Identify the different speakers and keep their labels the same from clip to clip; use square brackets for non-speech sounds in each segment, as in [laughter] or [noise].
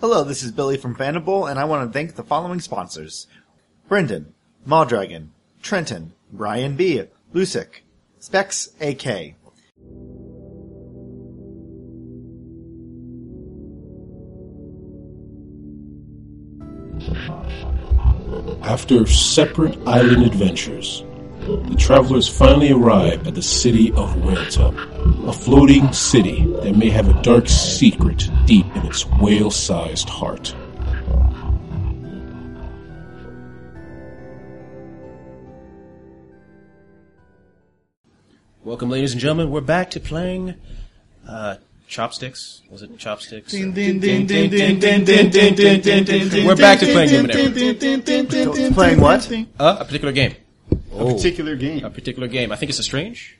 Speaker 1: Hello, this is Billy from Fanable, and I want to thank the following sponsors. Brendan, Mawdragon, Trenton, Brian B., Lusick, Specs AK.
Speaker 2: After separate island adventures, the travelers finally arrive at the city of Wertup, a floating city that may have a dark secret deep in its whale sized heart.
Speaker 3: Welcome, ladies and gentlemen. We're back to playing uh, chopsticks. Was it chopsticks? We're back to playing Game and Everything.
Speaker 1: Playing what?
Speaker 3: Uh, a particular game. Oh.
Speaker 4: A particular game.
Speaker 3: A particular game. I think it's Estrange.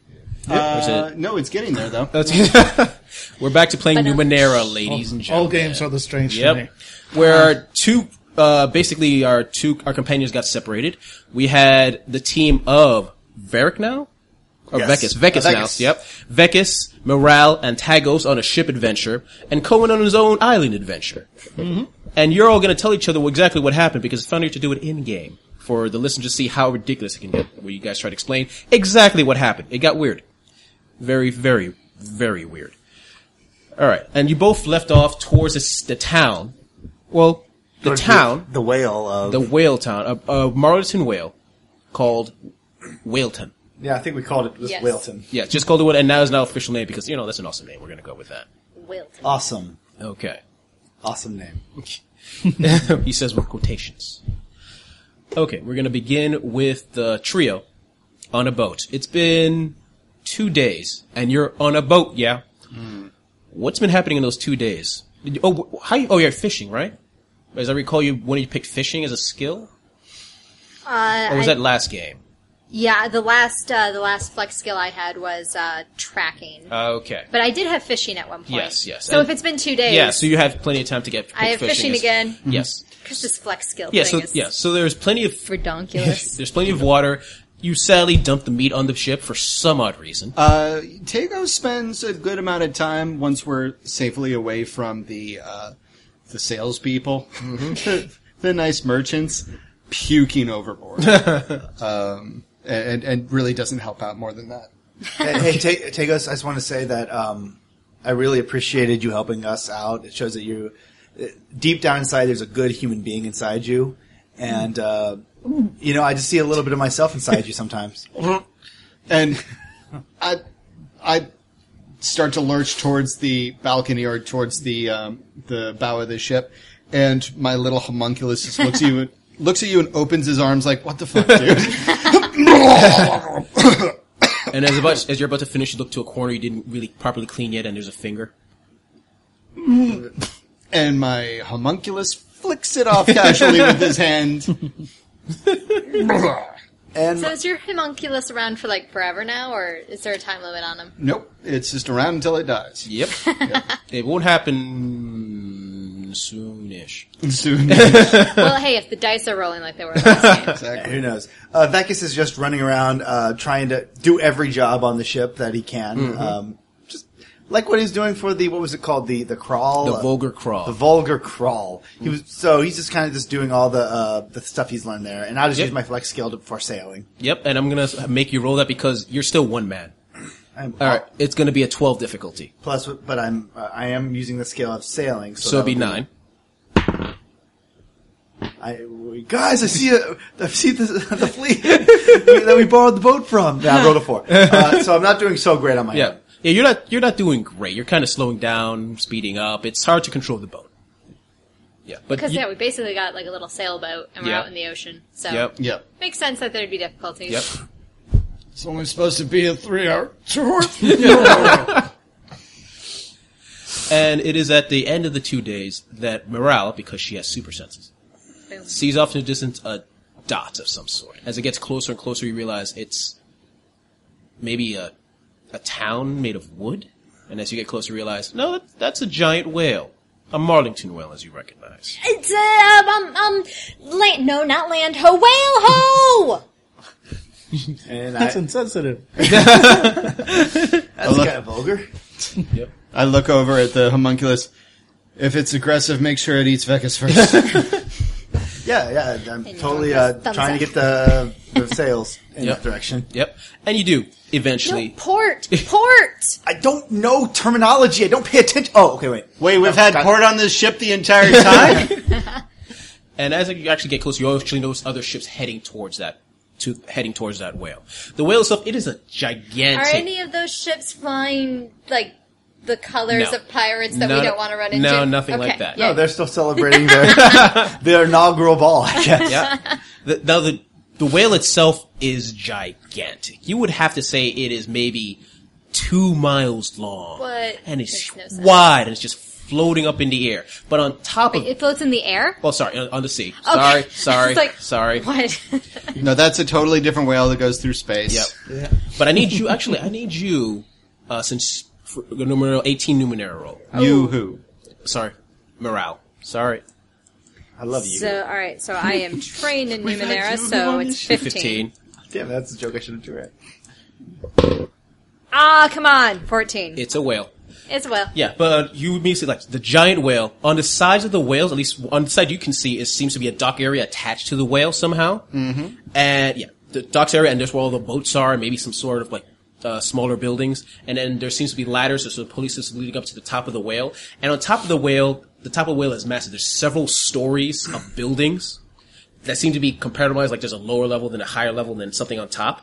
Speaker 3: Or is
Speaker 4: Uh,
Speaker 3: it-
Speaker 4: no, it's getting there though.
Speaker 3: That's- [laughs] We're back to playing Numenera, ladies and
Speaker 5: All
Speaker 3: gentlemen.
Speaker 5: games are the strange to me. Uh-huh.
Speaker 3: Yep. Where two, uh, basically our two, our companions got separated. We had the team of Varric now? Or
Speaker 1: Yes.
Speaker 3: Vekis. Vekis
Speaker 1: Uh,
Speaker 3: now.
Speaker 1: Vekis.
Speaker 3: Yep. Vekis, Morale, and Tagos on a ship adventure, and Cohen on his own island adventure.
Speaker 5: Mm-hmm.
Speaker 3: And you're all gonna tell each other exactly what happened because it's funnier to do it in game for the listener to see how ridiculous it can get where you guys try to explain exactly what happened. It got weird. Very, very, very weird. Alright. And you both left off towards this, the town. Well, the town
Speaker 1: The whale of.
Speaker 3: the whale town, a, a Marlton whale called Whaleton.
Speaker 1: yeah, I think we called it just
Speaker 6: Yes.
Speaker 1: Whaleton.
Speaker 3: Yeah, just called it what, and now it's not an official name because you know that's an awesome name. We're gonna go with that.
Speaker 6: Wilt.
Speaker 3: Oh,
Speaker 1: Awesome.
Speaker 3: Okay,
Speaker 1: Awesome
Speaker 6: [laughs]
Speaker 1: name.
Speaker 3: [laughs] he says with quotations. Okay, we're gonna begin with the trio on a boat. It's been two days, and you're on a boat. Yeah. What's been happening in those two days? Did you- oh, wh- how? You, oh, you're fishing, right? As I recall, you when you picked fishing as a skill,
Speaker 6: Uh,
Speaker 3: or was
Speaker 6: I-
Speaker 3: that last game?
Speaker 6: yeah, the last uh, the last flex skill I had was uh, tracking,
Speaker 3: Okay.
Speaker 6: but I did have fishing at one point.
Speaker 3: Oh. Yes, yes,
Speaker 6: So
Speaker 3: and-
Speaker 6: if it's been two days,
Speaker 3: Yeah, so you have plenty of time to get.
Speaker 6: I have fishing
Speaker 3: is- Mm-hmm.
Speaker 6: again.
Speaker 3: Yes.
Speaker 6: because this flex skill
Speaker 3: Yeah. So
Speaker 6: thing is
Speaker 3: yeah. So there's plenty of [laughs]
Speaker 6: redonkulous.
Speaker 3: there's plenty of water. You sadly dump the meat on the ship for some odd reason.
Speaker 4: Uh, Tago spends a good amount of time once we're safely away from the uh, the salespeople, the, [laughs] the nice merchants, puking overboard, um, and and really doesn't help out more than that.
Speaker 1: hey, hey Ta- Tagos, I just want to say that um, I really appreciated you helping us out. It shows that you, uh, deep down inside, there's a good human being inside you, and uh, you know, I just see a little bit of myself inside you sometimes.
Speaker 4: and I I start to lurch towards the balcony or towards the um, the bow of the ship, and my little homunculus just looks
Speaker 5: [laughs]
Speaker 4: at you looks at you and opens his arms like, "What the fuck, dude?"
Speaker 3: and as about as you're about to finish, you look to a corner you didn't really properly clean yet, and there's a finger.
Speaker 4: and my homunculus flicks it off casually with
Speaker 5: [laughs]
Speaker 4: his hand.
Speaker 1: And
Speaker 6: [laughs] so is your homunculus around for like forever now, or is there a time limit
Speaker 3: [laughs]
Speaker 6: on him?
Speaker 4: Nope, it's just around until
Speaker 5: [laughs]
Speaker 4: it dies.
Speaker 3: Yep. [laughs] it won't happen soonish.
Speaker 4: Soon,
Speaker 6: well, hey, if the dice are rolling like they were last game,
Speaker 4: exactly.
Speaker 1: Who knows? Uh, Vekis is just running around, uh, trying to do every job on the ship that he can.
Speaker 3: Mm-hmm.
Speaker 1: Um, just like what he's doing for the what was it called the the crawl,
Speaker 3: The
Speaker 1: Uh,
Speaker 3: vulgar crawl.
Speaker 1: the vulgar crawl. He was so he's just kind of just doing all the uh, the stuff he's learned there, and I'll just
Speaker 3: Yep.
Speaker 1: use my flex skill to, for sailing.
Speaker 3: Yep. And I'm gonna make you roll that because you're still one man.
Speaker 1: I'm,
Speaker 3: All right. It's gonna be a twelve difficulty,
Speaker 1: Plus, but I'm uh, I am using the skill of sailing, so,
Speaker 3: so it'll
Speaker 1: that'll
Speaker 3: be nine.
Speaker 1: I, guys, I see a, I see the, the fleet [laughs] that we borrowed the boat from. Yeah, I rolled a
Speaker 3: [laughs]
Speaker 1: four, uh, so I'm not doing so great on my
Speaker 3: Yeah.
Speaker 1: own.
Speaker 3: Yeah. You're not you're not doing great. You're kind of slowing down, speeding up. It's hard to control the boat. [laughs] Yeah. But
Speaker 6: because
Speaker 3: you-
Speaker 6: yeah, we basically got like a little sailboat and we're
Speaker 3: Yeah.
Speaker 6: out in the ocean, so
Speaker 3: Yep.
Speaker 4: Yep.
Speaker 6: makes sense that there'd be difficulties.
Speaker 3: Yep.
Speaker 5: It's only supposed to be a three-hour
Speaker 4: [laughs]
Speaker 5: tour.
Speaker 3: And it is at the end of the two days that Morale, because she has super senses,
Speaker 6: Boom.
Speaker 3: sees off in the distance a dot of some sort. As it gets closer and closer, you realize it's maybe a a town made of wood. And as you get closer, you realize no, that, that's a giant whale, a Marlington whale, as you recognize.
Speaker 6: It's uh, um um land no not land ho whale ho.
Speaker 1: And
Speaker 5: That's
Speaker 1: I, [laughs]
Speaker 5: insensitive.
Speaker 1: that's kind of vulgar.
Speaker 4: I look over at the homunculus. If it's aggressive, make sure it eats
Speaker 5: [laughs]
Speaker 4: Vekas first.
Speaker 1: Yeah, yeah. I'm
Speaker 6: you
Speaker 1: totally
Speaker 6: don't
Speaker 1: uh,
Speaker 6: just thumbs
Speaker 1: trying
Speaker 6: up.
Speaker 1: to get the, the sales in
Speaker 3: Yep.
Speaker 1: that direction.
Speaker 3: Yep. And you do eventually.
Speaker 6: No, port, port.
Speaker 1: I don't know terminology. I don't pay attention. Oh, okay, wait.
Speaker 4: Wait, we've had port on this ship the entire time.
Speaker 3: And as you actually get closer, you actually notice other ships heading towards that, to heading towards that whale. The whale itself, it is a gigantic.
Speaker 6: Are any of those ships flying like the colors
Speaker 3: No.
Speaker 6: of pirates that
Speaker 3: No,
Speaker 6: we don't want to run into?
Speaker 3: no, nothing like
Speaker 6: Okay,
Speaker 3: that.
Speaker 6: yeah.
Speaker 1: No, they're [laughs] still celebrating their [laughs] their inaugural ball. I guess.
Speaker 6: [laughs]
Speaker 3: yeah. The, now the the whale itself is gigantic. You would have to say it is maybe two miles long,
Speaker 6: What?
Speaker 3: and it's
Speaker 6: Makes no sense.
Speaker 3: wide and it's just floating up in the air. But on top of,
Speaker 6: It Oh. floats in the air.
Speaker 3: well, sorry, on, on the sea.
Speaker 6: Okay.
Speaker 3: Sorry,
Speaker 6: [laughs] It's
Speaker 3: sorry,
Speaker 6: like,
Speaker 3: sorry.
Speaker 6: What?
Speaker 4: [laughs]
Speaker 6: [laughs]
Speaker 4: no, that's a totally different whale that goes through space.
Speaker 3: Yep. But I need you. Actually, I need you. Uh, since for, numero eighteen, numenera roll.
Speaker 4: You who?
Speaker 3: Sorry, morale. Sorry.
Speaker 1: I love you.
Speaker 6: so all right, so I am trained in Numenera,
Speaker 4: had you
Speaker 6: so
Speaker 4: on
Speaker 6: it's
Speaker 4: this
Speaker 6: fifteen.
Speaker 1: Damn, that's a joke I should have tried.
Speaker 6: Ah, come on, fourteen.
Speaker 3: It's a whale.
Speaker 6: It's a well.
Speaker 3: Yeah, but uh, you immediately like the giant whale. On the sides of the whales, at least on the side you can see, it seems to be a dock area attached to the whale somehow. Mm-hmm. And yeah, the docks area, and there's where all the boats are, and maybe some sort of like uh, smaller buildings. And then there seems to be ladders or sort of police system leading up to the top of the whale. And on top of the whale, the top of the whale is massive. There's several stories of buildings that seem to be compartmentalized. Like there's a lower level, then a higher level, and then something on top.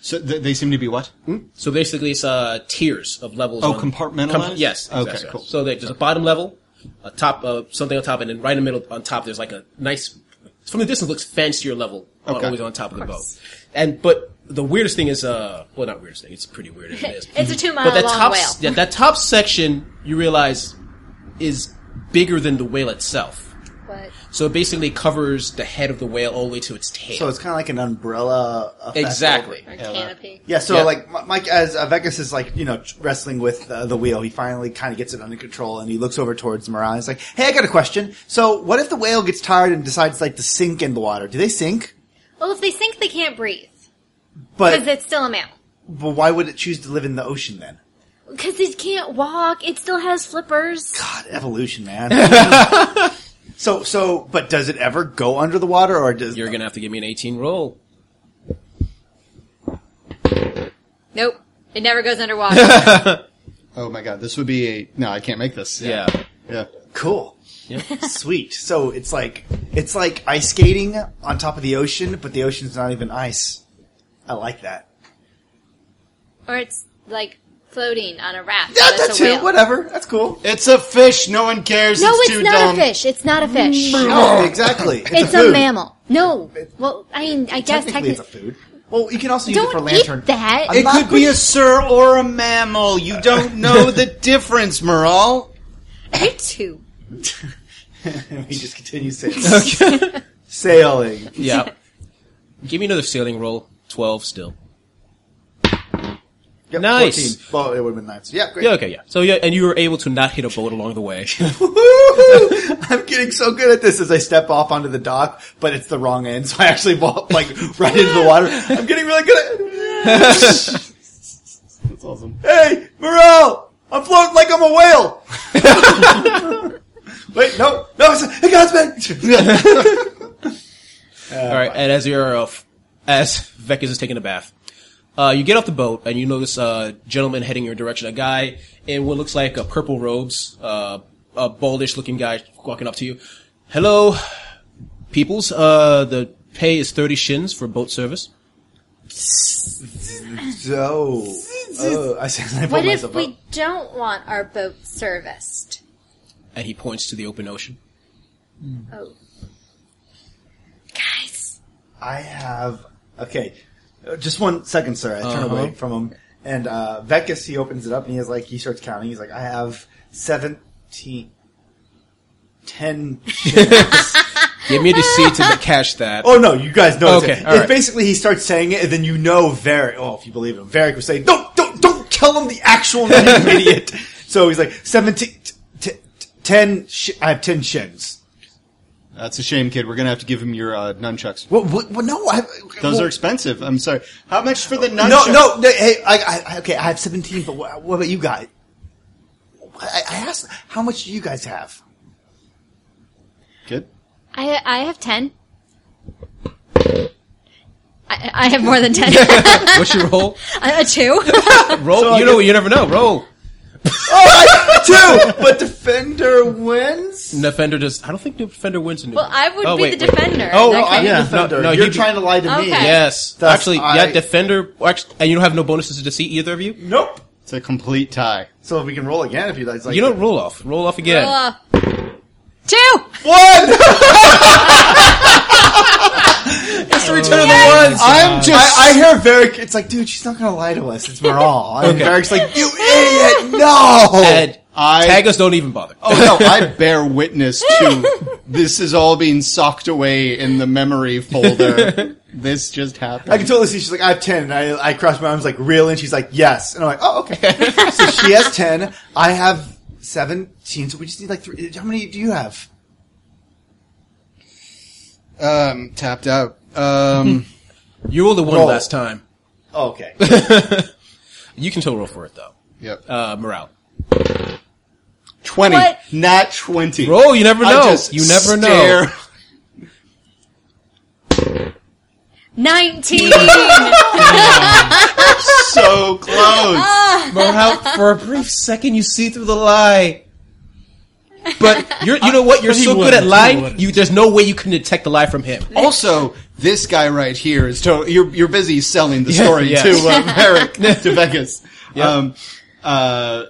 Speaker 4: So th- they seem to be what?
Speaker 3: So basically, it's uh, tiers of levels.
Speaker 4: Oh,
Speaker 3: on-
Speaker 4: compartmentalized?
Speaker 3: yes.
Speaker 4: Okay,
Speaker 3: exactly.
Speaker 4: cool.
Speaker 3: So there- there's a bottom level, a top, uh, something on top, and then right in the middle on top, there's like a nice, from the distance, looks fancier level on-
Speaker 4: Okay.
Speaker 3: always on top of, the boat. And but the weirdest thing is, uh, well, not weirdest thing. It's pretty weird. as It is.
Speaker 6: [laughs] It's a two-mile
Speaker 3: But that
Speaker 6: long
Speaker 3: top,
Speaker 6: whale.
Speaker 3: yeah, that top section you realize is bigger than the whale itself.
Speaker 6: What?
Speaker 3: So it basically covers the head of the whale all the way to its tail.
Speaker 1: So it's kind of like an umbrella. Effect
Speaker 3: exactly.
Speaker 6: Or canopy?
Speaker 1: Yeah, so
Speaker 3: Yeah.
Speaker 1: like Mi- Mike, as uh, Vegas is like you know tr- wrestling with uh, the wheel, he finally kind of gets it under control, and he looks over towards Moran. He's like, "Hey, I got a question. So, what if the whale gets tired and decides like to sink in the water? Do they sink?
Speaker 6: Well, if they sink, they can't breathe because
Speaker 1: But,
Speaker 6: it's still a mammal.
Speaker 1: but why would it choose to live in the ocean then?
Speaker 6: Because it can't walk. It still has flippers.
Speaker 1: God, evolution,
Speaker 6: [laughs]
Speaker 1: man. so so, but does it ever go under the water, or does
Speaker 3: You're gonna have to give me an 18 roll.
Speaker 6: Nope. It never goes underwater.
Speaker 4: Oh my god, this would be a. No, I can't make this.
Speaker 3: Yeah.
Speaker 4: Yeah.
Speaker 1: cool? [laughs] Sweet. So it's like it's like ice skating on top of the ocean, but the ocean's not even ice. I like that.
Speaker 6: or it's like floating on a raft.
Speaker 1: Yeah,
Speaker 6: That's
Speaker 1: that
Speaker 6: a
Speaker 1: too.
Speaker 6: whale.
Speaker 1: Whatever. That's cool.
Speaker 4: It's a fish. No one cares.
Speaker 6: No,
Speaker 4: it's,
Speaker 6: it's
Speaker 4: too
Speaker 6: not
Speaker 4: dumb.
Speaker 6: a fish. It's not a fish.
Speaker 1: No, exactly. It's,
Speaker 6: It's a,
Speaker 1: Mm, food.
Speaker 6: mammal. No. Well, I mean, I guess
Speaker 1: Technically, it's
Speaker 6: technically.
Speaker 1: a food. Well, you can also use it for
Speaker 6: Don't
Speaker 1: lantern.
Speaker 6: eat that.
Speaker 1: I'm
Speaker 4: It
Speaker 1: not
Speaker 4: could be a sir or a mammal. You don't [laughs] know the difference, Moral.
Speaker 6: You too.
Speaker 1: [laughs] he just continues
Speaker 6: [laughs]
Speaker 1: sailing. sailing.
Speaker 3: Yeah. [laughs] Give me another sailing roll. 12 still.
Speaker 1: Yep,
Speaker 3: Nice.
Speaker 1: 14. Well, it would have been nice. Yeah, great.
Speaker 3: Yeah, okay, yeah. So yeah, and you were able to not hit a boat along the way. [laughs]
Speaker 1: Woo-hoo! [laughs] I'm getting so good at this as I step off onto the dock, but it's the wrong end, [laughs] so I actually walk like right into the water. I'm getting really good at.
Speaker 4: That's awesome.
Speaker 1: Hey, Morel, I'm floating like I'm a whale. [laughs] Wait, no, no, it's, hey, Godspeed. [laughs]
Speaker 3: All right, and as you're uh, f- as Vekas is taking a bath, uh, you get off the boat and you notice a gentleman heading your direction. A guy in what looks like a purple robes, uh, a baldish looking guy walking up to you. Hello, peoples. Uh, the pay is thirty shins for boat service.
Speaker 1: so, oh, I said I
Speaker 6: What
Speaker 1: pulled
Speaker 6: if
Speaker 1: myself
Speaker 6: we
Speaker 1: up.
Speaker 6: don't want our boat serviced?
Speaker 3: And he points to the open ocean.
Speaker 6: Oh. Guys.
Speaker 1: I have okay. Uh, Just one second, sir. I turn
Speaker 3: Uh-huh.
Speaker 1: away from him, and uh, Vekas he opens it up and he has like he starts counting. He's like, I have seventeen, ten.
Speaker 3: Give me a deceit to cash that.
Speaker 1: oh no, you guys know.
Speaker 3: Okay,
Speaker 1: it.
Speaker 3: all right.
Speaker 1: Basically, he starts saying it, and then you know Varric. Oh, if you believe him, Varric was saying, "Don't, don't, don't tell him the actual number, [laughs] you idiot." So he's like, seventeen, t- t- t- ten. Sh- I have ten shins.
Speaker 4: That's a shame, kid. We're gonna have to give him your uh, nunchucks.
Speaker 1: What? What? what no, I,
Speaker 4: Those
Speaker 1: well-
Speaker 4: are expensive. I'm sorry. How much for the nunchucks?
Speaker 1: No, no, no, hey, I, I, okay, I have 17, but what, what about you guys? I, I asked, how much do you guys have?
Speaker 4: Good.
Speaker 6: I I have ten. I, I have more than
Speaker 1: [laughs]
Speaker 6: ten.
Speaker 3: What's your roll?
Speaker 6: a two. [laughs]
Speaker 3: Roll. you know, you never know. Roll.
Speaker 1: Two! but Defender wins?
Speaker 3: Defender does. I don't think Defender wins. In
Speaker 6: Well, I would
Speaker 3: Oh,
Speaker 6: be
Speaker 3: wait,
Speaker 6: the
Speaker 3: wait.
Speaker 6: defender.
Speaker 1: Oh,
Speaker 6: in that
Speaker 1: no, I'm
Speaker 6: case.
Speaker 1: the
Speaker 3: Yeah.
Speaker 1: Defender.
Speaker 3: No, no,
Speaker 1: You're
Speaker 3: you-
Speaker 1: trying to lie to me.
Speaker 6: Okay.
Speaker 3: yes.
Speaker 1: That's-
Speaker 3: Actually,
Speaker 1: I-
Speaker 3: yeah. Defender. well, Actually, and you don't have no bonuses to deceit either of you.
Speaker 1: Nope.
Speaker 4: It's a complete tie.
Speaker 1: So we can roll again if you'd like. It's like
Speaker 3: You don't roll off. Roll off again.
Speaker 6: Uh, two.
Speaker 1: One!
Speaker 3: It's the return of the ones.
Speaker 1: I'm just. I, I hear Varric. It's like, dude, she's not gonna lie to us. It's [laughs] Maral. And
Speaker 3: Okay.
Speaker 1: Varric's like, you idiot! No.
Speaker 3: And
Speaker 4: I-
Speaker 3: tag us. Don't even bother.
Speaker 4: Oh no,
Speaker 3: [laughs]
Speaker 4: I bear witness to this is all being socked away in the memory
Speaker 3: [laughs]
Speaker 4: folder. this just
Speaker 1: I
Speaker 4: happened.
Speaker 1: can totally see. She's like, I have ten. And I, I cross my arms like, real, and she's like, yes. And I'm like, oh, okay. [laughs] so she has ten. I have seventeen. So we just need like three. How many do you have?
Speaker 4: Um, tapped out.
Speaker 3: [laughs]
Speaker 4: Um,
Speaker 3: You rolled the one
Speaker 1: Roll.
Speaker 3: last time.
Speaker 1: [laughs] Oh, okay.
Speaker 3: You can still roll for it though.
Speaker 4: yep.
Speaker 3: Uh, morale.
Speaker 4: twenty,
Speaker 6: what?
Speaker 4: not twenty.
Speaker 3: Roll. You never
Speaker 4: I
Speaker 3: know.
Speaker 4: just
Speaker 3: You never know.
Speaker 4: stare.
Speaker 3: [laughs]
Speaker 6: Nineteen.
Speaker 1: [laughs]
Speaker 4: so close.
Speaker 3: Morale. For a brief second, you see through the lie. But you're, you know what? You're
Speaker 5: But he
Speaker 3: so good
Speaker 5: wouldn't.
Speaker 3: at
Speaker 5: He
Speaker 3: lying.
Speaker 5: wouldn't.
Speaker 3: You, there's no way you can detect the lie from him.
Speaker 4: also, this guy right here is to- you're you're busy selling the
Speaker 3: Yeah,
Speaker 4: story
Speaker 3: yeah. [laughs]
Speaker 4: to uh, Merrick to Vegas. Um, uh,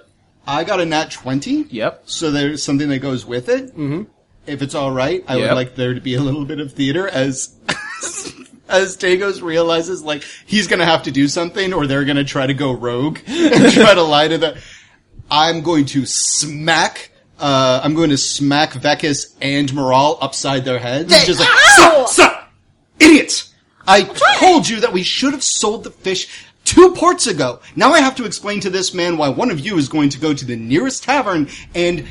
Speaker 4: I got a nat twenty.
Speaker 3: Yep.
Speaker 4: So there's something that goes with it. Mm-hmm. If it's all right, I
Speaker 3: Yep.
Speaker 4: would like there to be a little bit of theater as [laughs] as Tagos realizes like he's gonna have to do something, or they're gonna try to go rogue [laughs] and try to lie to the. I'm going to smack. Uh, I'm going to smack Vekas and Moral upside their heads. It's just like,
Speaker 6: Ow!
Speaker 4: "Sup, idiots! I told you that we should have sold the fish two ports ago. Now I have to explain to this man why one of you is going to go to the nearest tavern and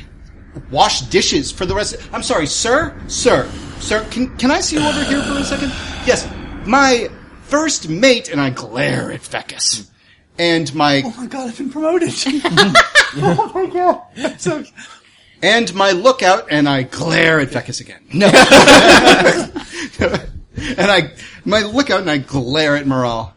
Speaker 4: wash dishes for the rest. I'm sorry, sir, sir, sir. Can can I see you over here for a second? Yes, my first mate, and I glare at Vekas. And my
Speaker 1: oh my god, I've been promoted. oh my god. So,
Speaker 4: and my lookout, and I glare at Vekas again. No. [laughs] and I, my lookout, and I glare at Morale.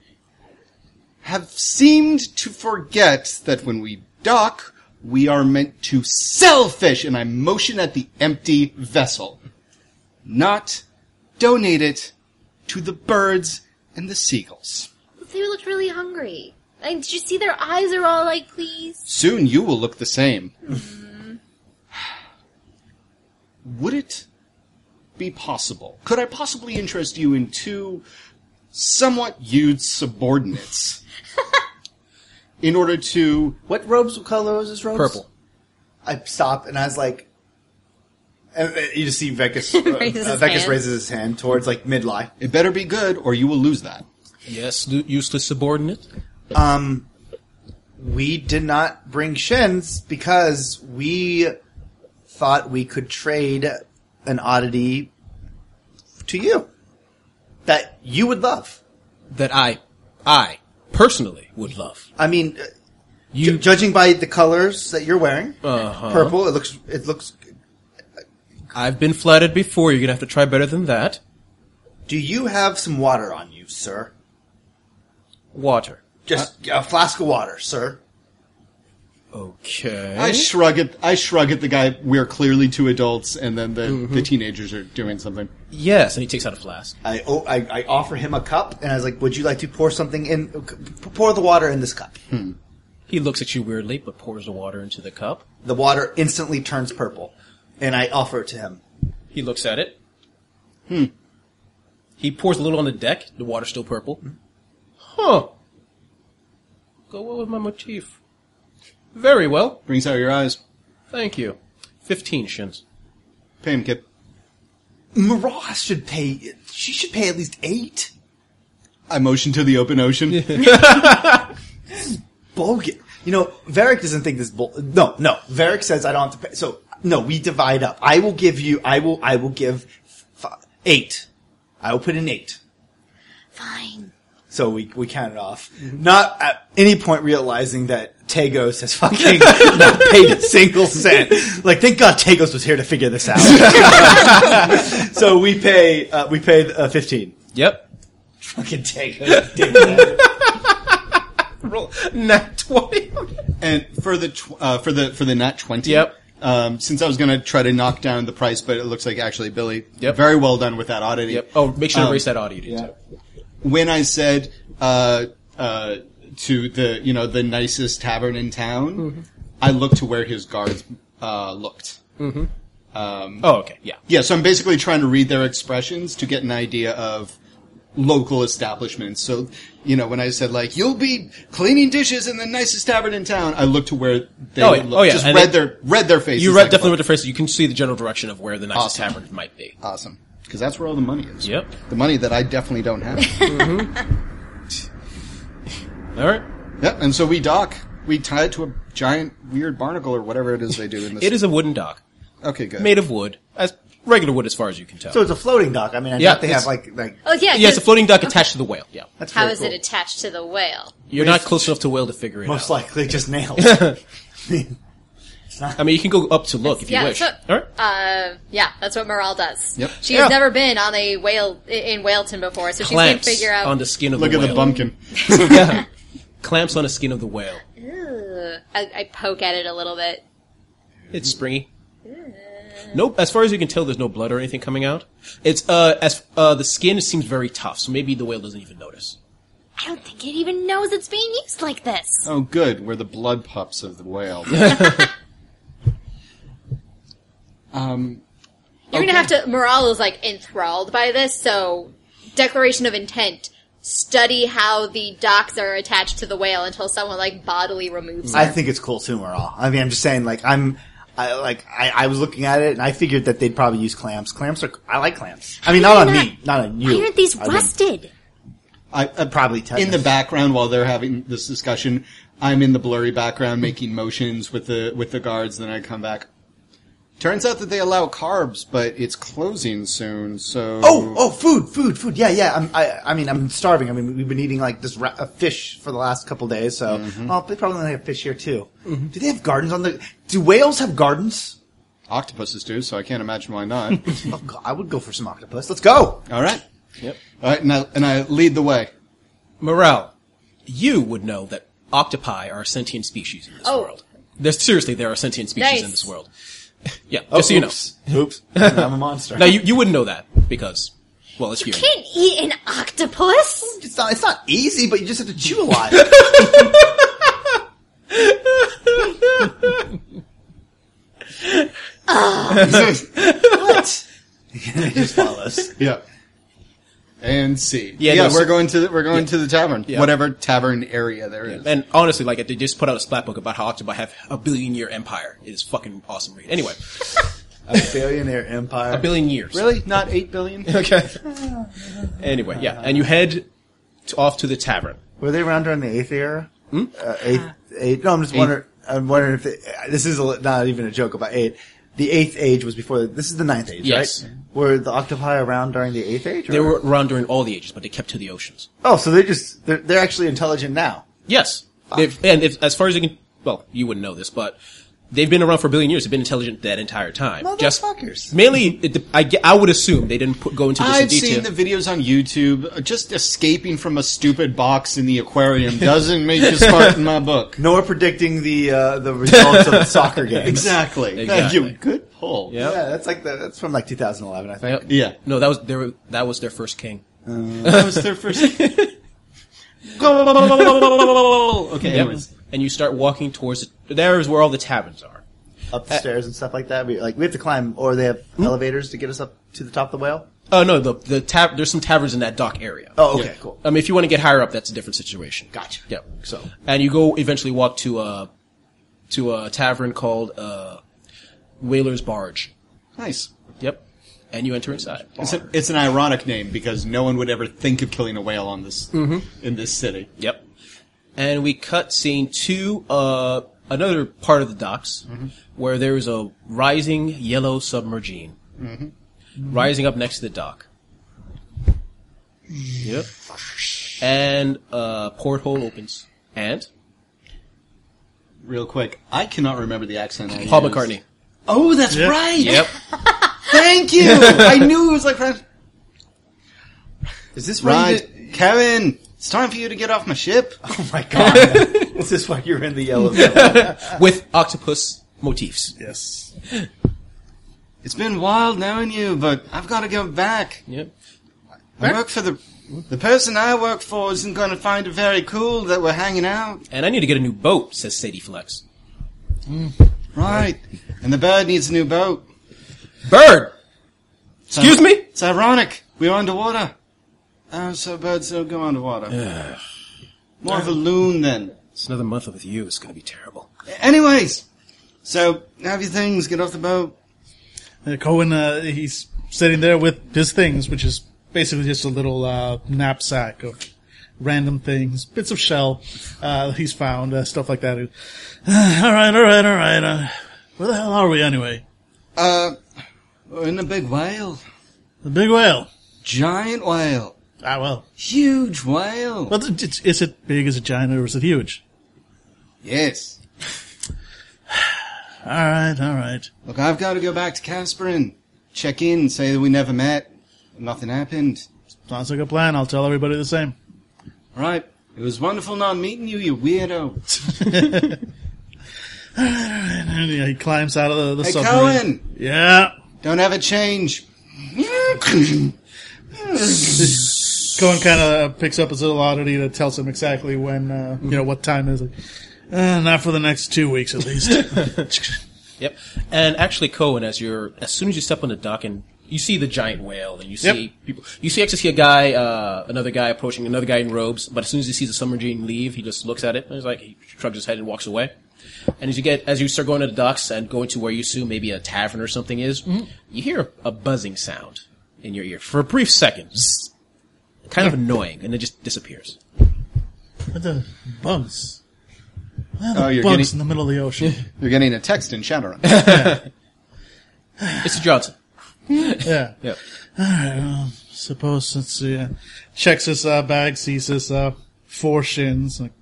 Speaker 4: Have seemed to forget that when we dock, we are meant to sell fish, and I motion at the empty vessel, not donate it to the birds and the seagulls.
Speaker 6: they looked really hungry. Like, did you see their eyes are all like, please?
Speaker 4: Soon you will look the same.
Speaker 1: Mm-hmm.
Speaker 4: Would it be possible? Could I possibly interest you in two somewhat
Speaker 1: [laughs]
Speaker 4: huge subordinates? in order to.
Speaker 1: what robes? What color was this robe?
Speaker 3: Purple.
Speaker 1: [laughs] I stopped and I was like, and uh, you just see Vekas. Uh,
Speaker 6: [laughs] Raises
Speaker 1: uh,
Speaker 6: his
Speaker 1: Vekas
Speaker 6: hand.
Speaker 1: raises his hand towards like mid lie.
Speaker 4: It better be good, or you will lose that.
Speaker 3: Yes, lu- useless subordinate.
Speaker 1: Um, we did not bring shins because we thought we could trade an oddity to you that you would love.
Speaker 3: that I, I personally would love.
Speaker 1: I mean, uh,
Speaker 3: You,
Speaker 1: ju- judging by the colors that you're wearing, purple. It looks. It looks.
Speaker 3: I've been flattered before. You're gonna have to try better than that.
Speaker 1: Do you have some water on you, sir?
Speaker 3: Water.
Speaker 1: Just a flask of water, sir. Eh?
Speaker 3: Okay.
Speaker 4: I shrug at I shrug at the guy. We're clearly two adults, and then the,
Speaker 1: Mm-hmm.
Speaker 4: the teenagers are doing something.
Speaker 3: yes, and he takes out a flask.
Speaker 1: I, oh, I I offer him a cup, and I was like, "Would you like to pour something in? p- Pour the water in this cup."
Speaker 3: He looks at you weirdly, but pours the water into the cup.
Speaker 1: The water instantly turns purple, and I offer it to him.
Speaker 3: He looks at it. Hmm. He pours a little on the deck. The water's still purple. Huh. Go well with my motif. Very well.
Speaker 4: Brings out your eyes.
Speaker 3: Thank you. Fifteen shins.
Speaker 4: Pay him, kid.
Speaker 1: Maras should pay. She should pay at least eight.
Speaker 4: I motion to the open ocean.
Speaker 1: Bogan. You know, Varric doesn't think this bull. No, no. Varric says I don't have to pay. So no, we divide up. I will give you. I will. I will give f- eight. I will put in eight.
Speaker 6: Fine.
Speaker 1: So we, we count it off. Not at any point realizing that Tagos has fucking [laughs] not paid a single cent. Like, thank God Tagos was here to figure this [laughs] out. so we pay, uh, we pay uh, 15.
Speaker 3: Yep. [laughs]
Speaker 1: Fucking Tagos. dickhead.
Speaker 3: Roll nat twenty.
Speaker 4: And for the tw- uh, for the for the nat twenty.
Speaker 3: Yep.
Speaker 4: Um, since I was going to try to knock down the price, but it looks like actually Billy,
Speaker 3: Yep.
Speaker 4: very well done with that oddity.
Speaker 3: yep. Oh, make sure to
Speaker 4: Um,
Speaker 3: erase that audio. dude.
Speaker 4: when I said uh, uh, to the you know the nicest tavern in town,
Speaker 3: Mm-hmm.
Speaker 4: I looked to where his guards uh, looked.
Speaker 3: Oh, okay. Yeah.
Speaker 4: Yeah, so I'm basically trying to read their expressions to get an idea of local establishments. So you know when I said like you'll be cleaning dishes in the nicest tavern in town, I looked to where they
Speaker 3: Oh,
Speaker 4: would
Speaker 3: yeah.
Speaker 4: look.
Speaker 3: Oh, yeah.
Speaker 4: Just
Speaker 3: And
Speaker 4: read
Speaker 3: then-
Speaker 4: their read their faces.
Speaker 3: You read
Speaker 4: like,
Speaker 3: definitely with
Speaker 4: look.
Speaker 3: the phrase. You can see the general direction of where the nicest
Speaker 4: Awesome.
Speaker 3: tavern might be.
Speaker 4: awesome because that's where all the money is.
Speaker 3: Yep.
Speaker 4: the money that I definitely don't have.
Speaker 3: [laughs] All right.
Speaker 4: yep, and so we dock. We tie it to a giant weird barnacle or whatever it is they do in this.
Speaker 3: It is a wooden dock
Speaker 4: okay, good.
Speaker 3: made of wood, as regular wood, as far as you can
Speaker 1: [laughs]
Speaker 3: tell.
Speaker 1: So it's a floating dock. I mean, I
Speaker 3: Yeah,
Speaker 1: thought they
Speaker 3: it's-
Speaker 1: have like, like,
Speaker 6: Oh yeah.
Speaker 3: yeah, it's a
Speaker 6: 'cause
Speaker 3: floating dock attached to the whale. Yeah.
Speaker 1: that's
Speaker 6: How
Speaker 1: very
Speaker 6: is
Speaker 1: cool.
Speaker 6: it attached to the whale?
Speaker 3: You're not close enough to whale to figure it
Speaker 1: Most
Speaker 3: out. [laughs]
Speaker 1: likely just [laughs] nails.
Speaker 3: I mean, you can go up to look if you
Speaker 6: yeah,
Speaker 3: wish.
Speaker 6: so-
Speaker 3: All right.
Speaker 6: Uh, yeah, that's what Morale does.
Speaker 4: Yep.
Speaker 6: She has
Speaker 3: Yeah.
Speaker 6: never been on a whale in Whaleton before, so she can't
Speaker 3: clamps
Speaker 6: figure out.
Speaker 3: on the skin of
Speaker 4: Look
Speaker 3: the
Speaker 4: at
Speaker 3: whale.
Speaker 4: the bumpkin.
Speaker 3: yeah. Clamps on the skin of the whale.
Speaker 6: Ugh. I, I poke at it a little bit.
Speaker 3: It's springy. Nope. As far as you can tell, there's no blood or anything coming out. It's uh, as uh, the skin seems very tough, so maybe the whale doesn't even notice.
Speaker 6: I don't think it even knows it's being used like this.
Speaker 4: Oh, good. We're the blood pups of
Speaker 3: [laughs]
Speaker 4: the whale.
Speaker 3: Uh,
Speaker 4: um,
Speaker 6: You're gonna have to. Morale is like enthralled by this, so declaration of intent. Study how the docks are attached to the whale until someone like bodily removes
Speaker 1: I
Speaker 6: it.
Speaker 1: think it's cool too, Morale. I mean, I'm just saying, like, I'm, I, like, I, I was looking at it and I figured that they'd probably use clamps. Clamps are, I like clamps. I mean, not on
Speaker 6: Why
Speaker 1: me, not on you.
Speaker 6: Why aren't these
Speaker 1: I mean,
Speaker 6: rusted?
Speaker 4: I, I
Speaker 1: Probably tetanus.
Speaker 4: in the background while they're having this discussion. I'm in the blurry background making motions with the with the guards. Then I come back. Turns out that they allow carbs, but it's closing soon. So
Speaker 1: Oh, oh, food, food, food. Yeah, yeah. I'm, I, I mean, I'm starving. I mean, we've been eating like this ra- uh, fish for the last couple days, so
Speaker 3: Mm-hmm.
Speaker 1: oh, they probably only have fish here too. Do they have gardens on the? Do whales have gardens?
Speaker 4: octopuses do. So I can't imagine why not.
Speaker 3: [laughs]
Speaker 1: oh, God, I would go for some octopus. Let's go.
Speaker 4: All right. Yep. All right, and I, and I lead the [laughs] way.
Speaker 3: Morel, you would know that octopi are a sentient species in this
Speaker 6: Oh.
Speaker 3: world. There's, seriously, there are sentient species in
Speaker 6: Nice.
Speaker 3: this world. yeah, just so you know.
Speaker 1: know. Oh, Oops, [laughs] I'm a monster.
Speaker 3: Now, you, you wouldn't know that because, well, it's
Speaker 6: You
Speaker 3: human.
Speaker 6: can't eat an octopus.
Speaker 1: it's not. It's not easy, but you just have to chew a
Speaker 3: [laughs]
Speaker 1: lot. what? it just follows.
Speaker 4: Yeah. And see.
Speaker 3: Yeah,
Speaker 4: Yeah,
Speaker 3: no,
Speaker 4: we're
Speaker 3: so-
Speaker 4: going to the, we're going to the tavern,
Speaker 3: Yeah.
Speaker 4: whatever tavern area there is.
Speaker 3: And honestly, like, they just put out a splat book about how octopi have a billion year empire. It is fucking awesome read.
Speaker 6: [laughs]
Speaker 3: Anyway,
Speaker 1: A billionaire empire.
Speaker 3: a billion years.
Speaker 4: Really, not eight billion?
Speaker 3: Okay. anyway, yeah. And you head to, off to the tavern.
Speaker 1: [laughs] Were they around during the eighth era?
Speaker 3: Hmm?
Speaker 1: Uh, eighth, eight. No, I'm just wondering. I'm wondering if they, uh, this is a, li- not even a joke about eight. The eighth age was before. This is the ninth age,
Speaker 3: Yes.
Speaker 1: right? Were the octopi around during the eighth age? Or?
Speaker 3: They were around during all the ages, but they kept to the oceans.
Speaker 1: Oh, so they just they're, they're actually intelligent now.
Speaker 3: Yes. They've, and if, as far as you can, well, you wouldn't know this, but they've been around for a billion years. They've been intelligent that entire time. Just
Speaker 1: Motherfuckers.
Speaker 3: mainly, it, de- I, ge- I would assume they didn't put, go into this in
Speaker 4: I've
Speaker 3: detail.
Speaker 4: seen the videos on YouTube. uh, Just escaping from a stupid box in the aquarium [laughs] doesn't make you smart in my book.
Speaker 1: Nor predicting the uh, the results of the
Speaker 3: [laughs]
Speaker 1: soccer games.
Speaker 4: [laughs] Exactly. Thank
Speaker 3: Exactly.
Speaker 4: you. Good pull.
Speaker 3: Yep.
Speaker 1: Yeah, that's like the, that's from like 2011, I think.
Speaker 3: Yep.
Speaker 4: Yeah.
Speaker 3: No, that was their that was their first king.
Speaker 4: [laughs] That was their [laughs] first. okay.
Speaker 3: Yep.
Speaker 4: Anyways,
Speaker 3: And you start walking towards the, there is where all the taverns are.
Speaker 1: Up the stairs and stuff like that. We, like we have to climb, or they have
Speaker 3: Hmm?
Speaker 1: elevators to get us up to the top of the whale.
Speaker 3: Oh no, the the tav- there's some taverns in that dock area.
Speaker 1: Oh, okay, cool.
Speaker 3: Um, if you want to get higher up, that's a different situation.
Speaker 1: Gotcha.
Speaker 3: Yep. So, and you go eventually walk to a to a tavern called uh, Whaler's Barge.
Speaker 4: nice.
Speaker 3: Yep. And you enter inside.
Speaker 4: It's, a, it's an ironic name because no one would ever think of killing a whale on this in this city.
Speaker 3: Yep. And we cut scene two, uh, another part of the docks where there is a rising Mm-hmm. yellow submergine rising up next to the dock. Yep. And a porthole opens. And
Speaker 4: Real quick, I cannot remember the accent. I
Speaker 3: Paul
Speaker 4: used.
Speaker 3: McCartney.
Speaker 4: Oh, that's right.
Speaker 3: [laughs] Yep.
Speaker 4: Thank [laughs] you. I knew it was like right.
Speaker 1: Is this why you did-
Speaker 4: right. Kevin, it's time for you to get off my ship.
Speaker 1: Oh my god! [laughs] is this why you're in the yellow? zone?
Speaker 3: With octopus motifs.
Speaker 1: yes.
Speaker 4: It's been wild knowing you, but I've got to go back.
Speaker 3: Yep.
Speaker 4: I work for the the person I work for isn't going to find it very cool that we're hanging out,
Speaker 3: And I need to get a new boat, says Sadie Flex.
Speaker 4: right? And the bird needs a new boat.
Speaker 3: Bird!
Speaker 4: It's
Speaker 3: Excuse me?
Speaker 4: It's ironic. We're underwater. Oh, so birds don't go underwater. More of a loon then.
Speaker 3: It's another month with you. It's going to be terrible.
Speaker 4: Anyways, so have your things. Get off the boat.
Speaker 7: Uh, Cohen, uh, he's sitting there with his things, which is basically just a little uh, knapsack of random things, bits of shell uh, he's found, uh, stuff like that. [sighs] all right, all right, all right. Uh, where the hell are we anyway?
Speaker 4: Uh, we're in a big whale,
Speaker 7: The big whale.
Speaker 4: giant whale,
Speaker 7: Ah, well.
Speaker 4: huge whale.
Speaker 7: Well, th- it's, is it big? Is it giant? Or is it huge?
Speaker 4: Yes.
Speaker 7: All right, all right.
Speaker 4: Look, I've got to go back to Casper and check in, say that we never met. Nothing happened.
Speaker 7: Sounds like a plan. I'll tell everybody the same.
Speaker 4: All right. It was wonderful not meeting you, you weirdo.
Speaker 7: And yeah, he climbs out of the, the
Speaker 4: Hey,
Speaker 7: submarine.
Speaker 4: Cohen,
Speaker 7: Yeah.
Speaker 4: don't ever change. [coughs]
Speaker 7: [laughs] Cohen kind of picks up his little oddity that tells him exactly when, uh, you know, what time is it. Uh, not for the next two weeks at least.
Speaker 4: [laughs]
Speaker 3: Yep. And actually, Cohen, as you're, as soon as you step on the dock and you see the giant whale and you see
Speaker 7: Yep.
Speaker 3: people, you see actually see a guy, uh, another guy approaching another guy in robes, but as soon as he sees the submarine leave, he just looks at it and he's like, he shrugs his head and walks away. And as you get, as you start going to the docks and going to where you assume maybe a tavern or something is,
Speaker 7: Mm-hmm.
Speaker 3: you hear a, a buzzing sound in your ear for a brief second. Zzz. Kind of annoying, and it just disappears.
Speaker 7: what the bugs? Why are
Speaker 4: Oh,
Speaker 7: the
Speaker 4: you're
Speaker 7: bugs
Speaker 4: getting-
Speaker 7: in the middle of
Speaker 4: [laughs]
Speaker 7: the ocean?
Speaker 4: You're getting a text in [laughs] Shadowrun.
Speaker 3: It's Johnson.
Speaker 7: yeah.
Speaker 3: Yep.
Speaker 7: Well, suppose let's see. Uh, checks his uh, bag, sees his uh, four shins. Like,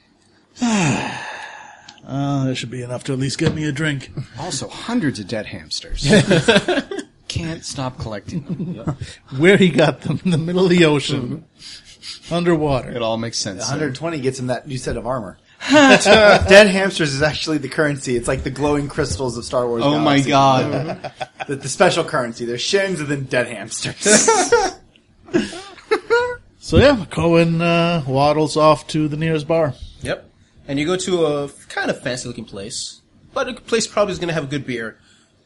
Speaker 7: [sighs] ah, there should be enough to at least get me a drink.
Speaker 4: also, hundreds of dead [laughs] hamsters. Can't stop collecting them.
Speaker 7: Where he got them in the middle of the ocean,
Speaker 4: Mm-hmm.
Speaker 7: underwater.
Speaker 4: It all makes sense.
Speaker 1: 120 gets him that new set of armor. Dead hamsters is actually the currency. It's like the glowing crystals of Star Wars.
Speaker 4: Oh my
Speaker 1: Galaxy.
Speaker 4: god.
Speaker 1: The, the special currency. There's shins and then dead hamsters.
Speaker 7: So yeah, Cohen uh, waddles off to the nearest bar.
Speaker 8: [laughs]
Speaker 3: Yep. And you go to a f- kind of fancy looking place, but a place probably is going to have a good beer,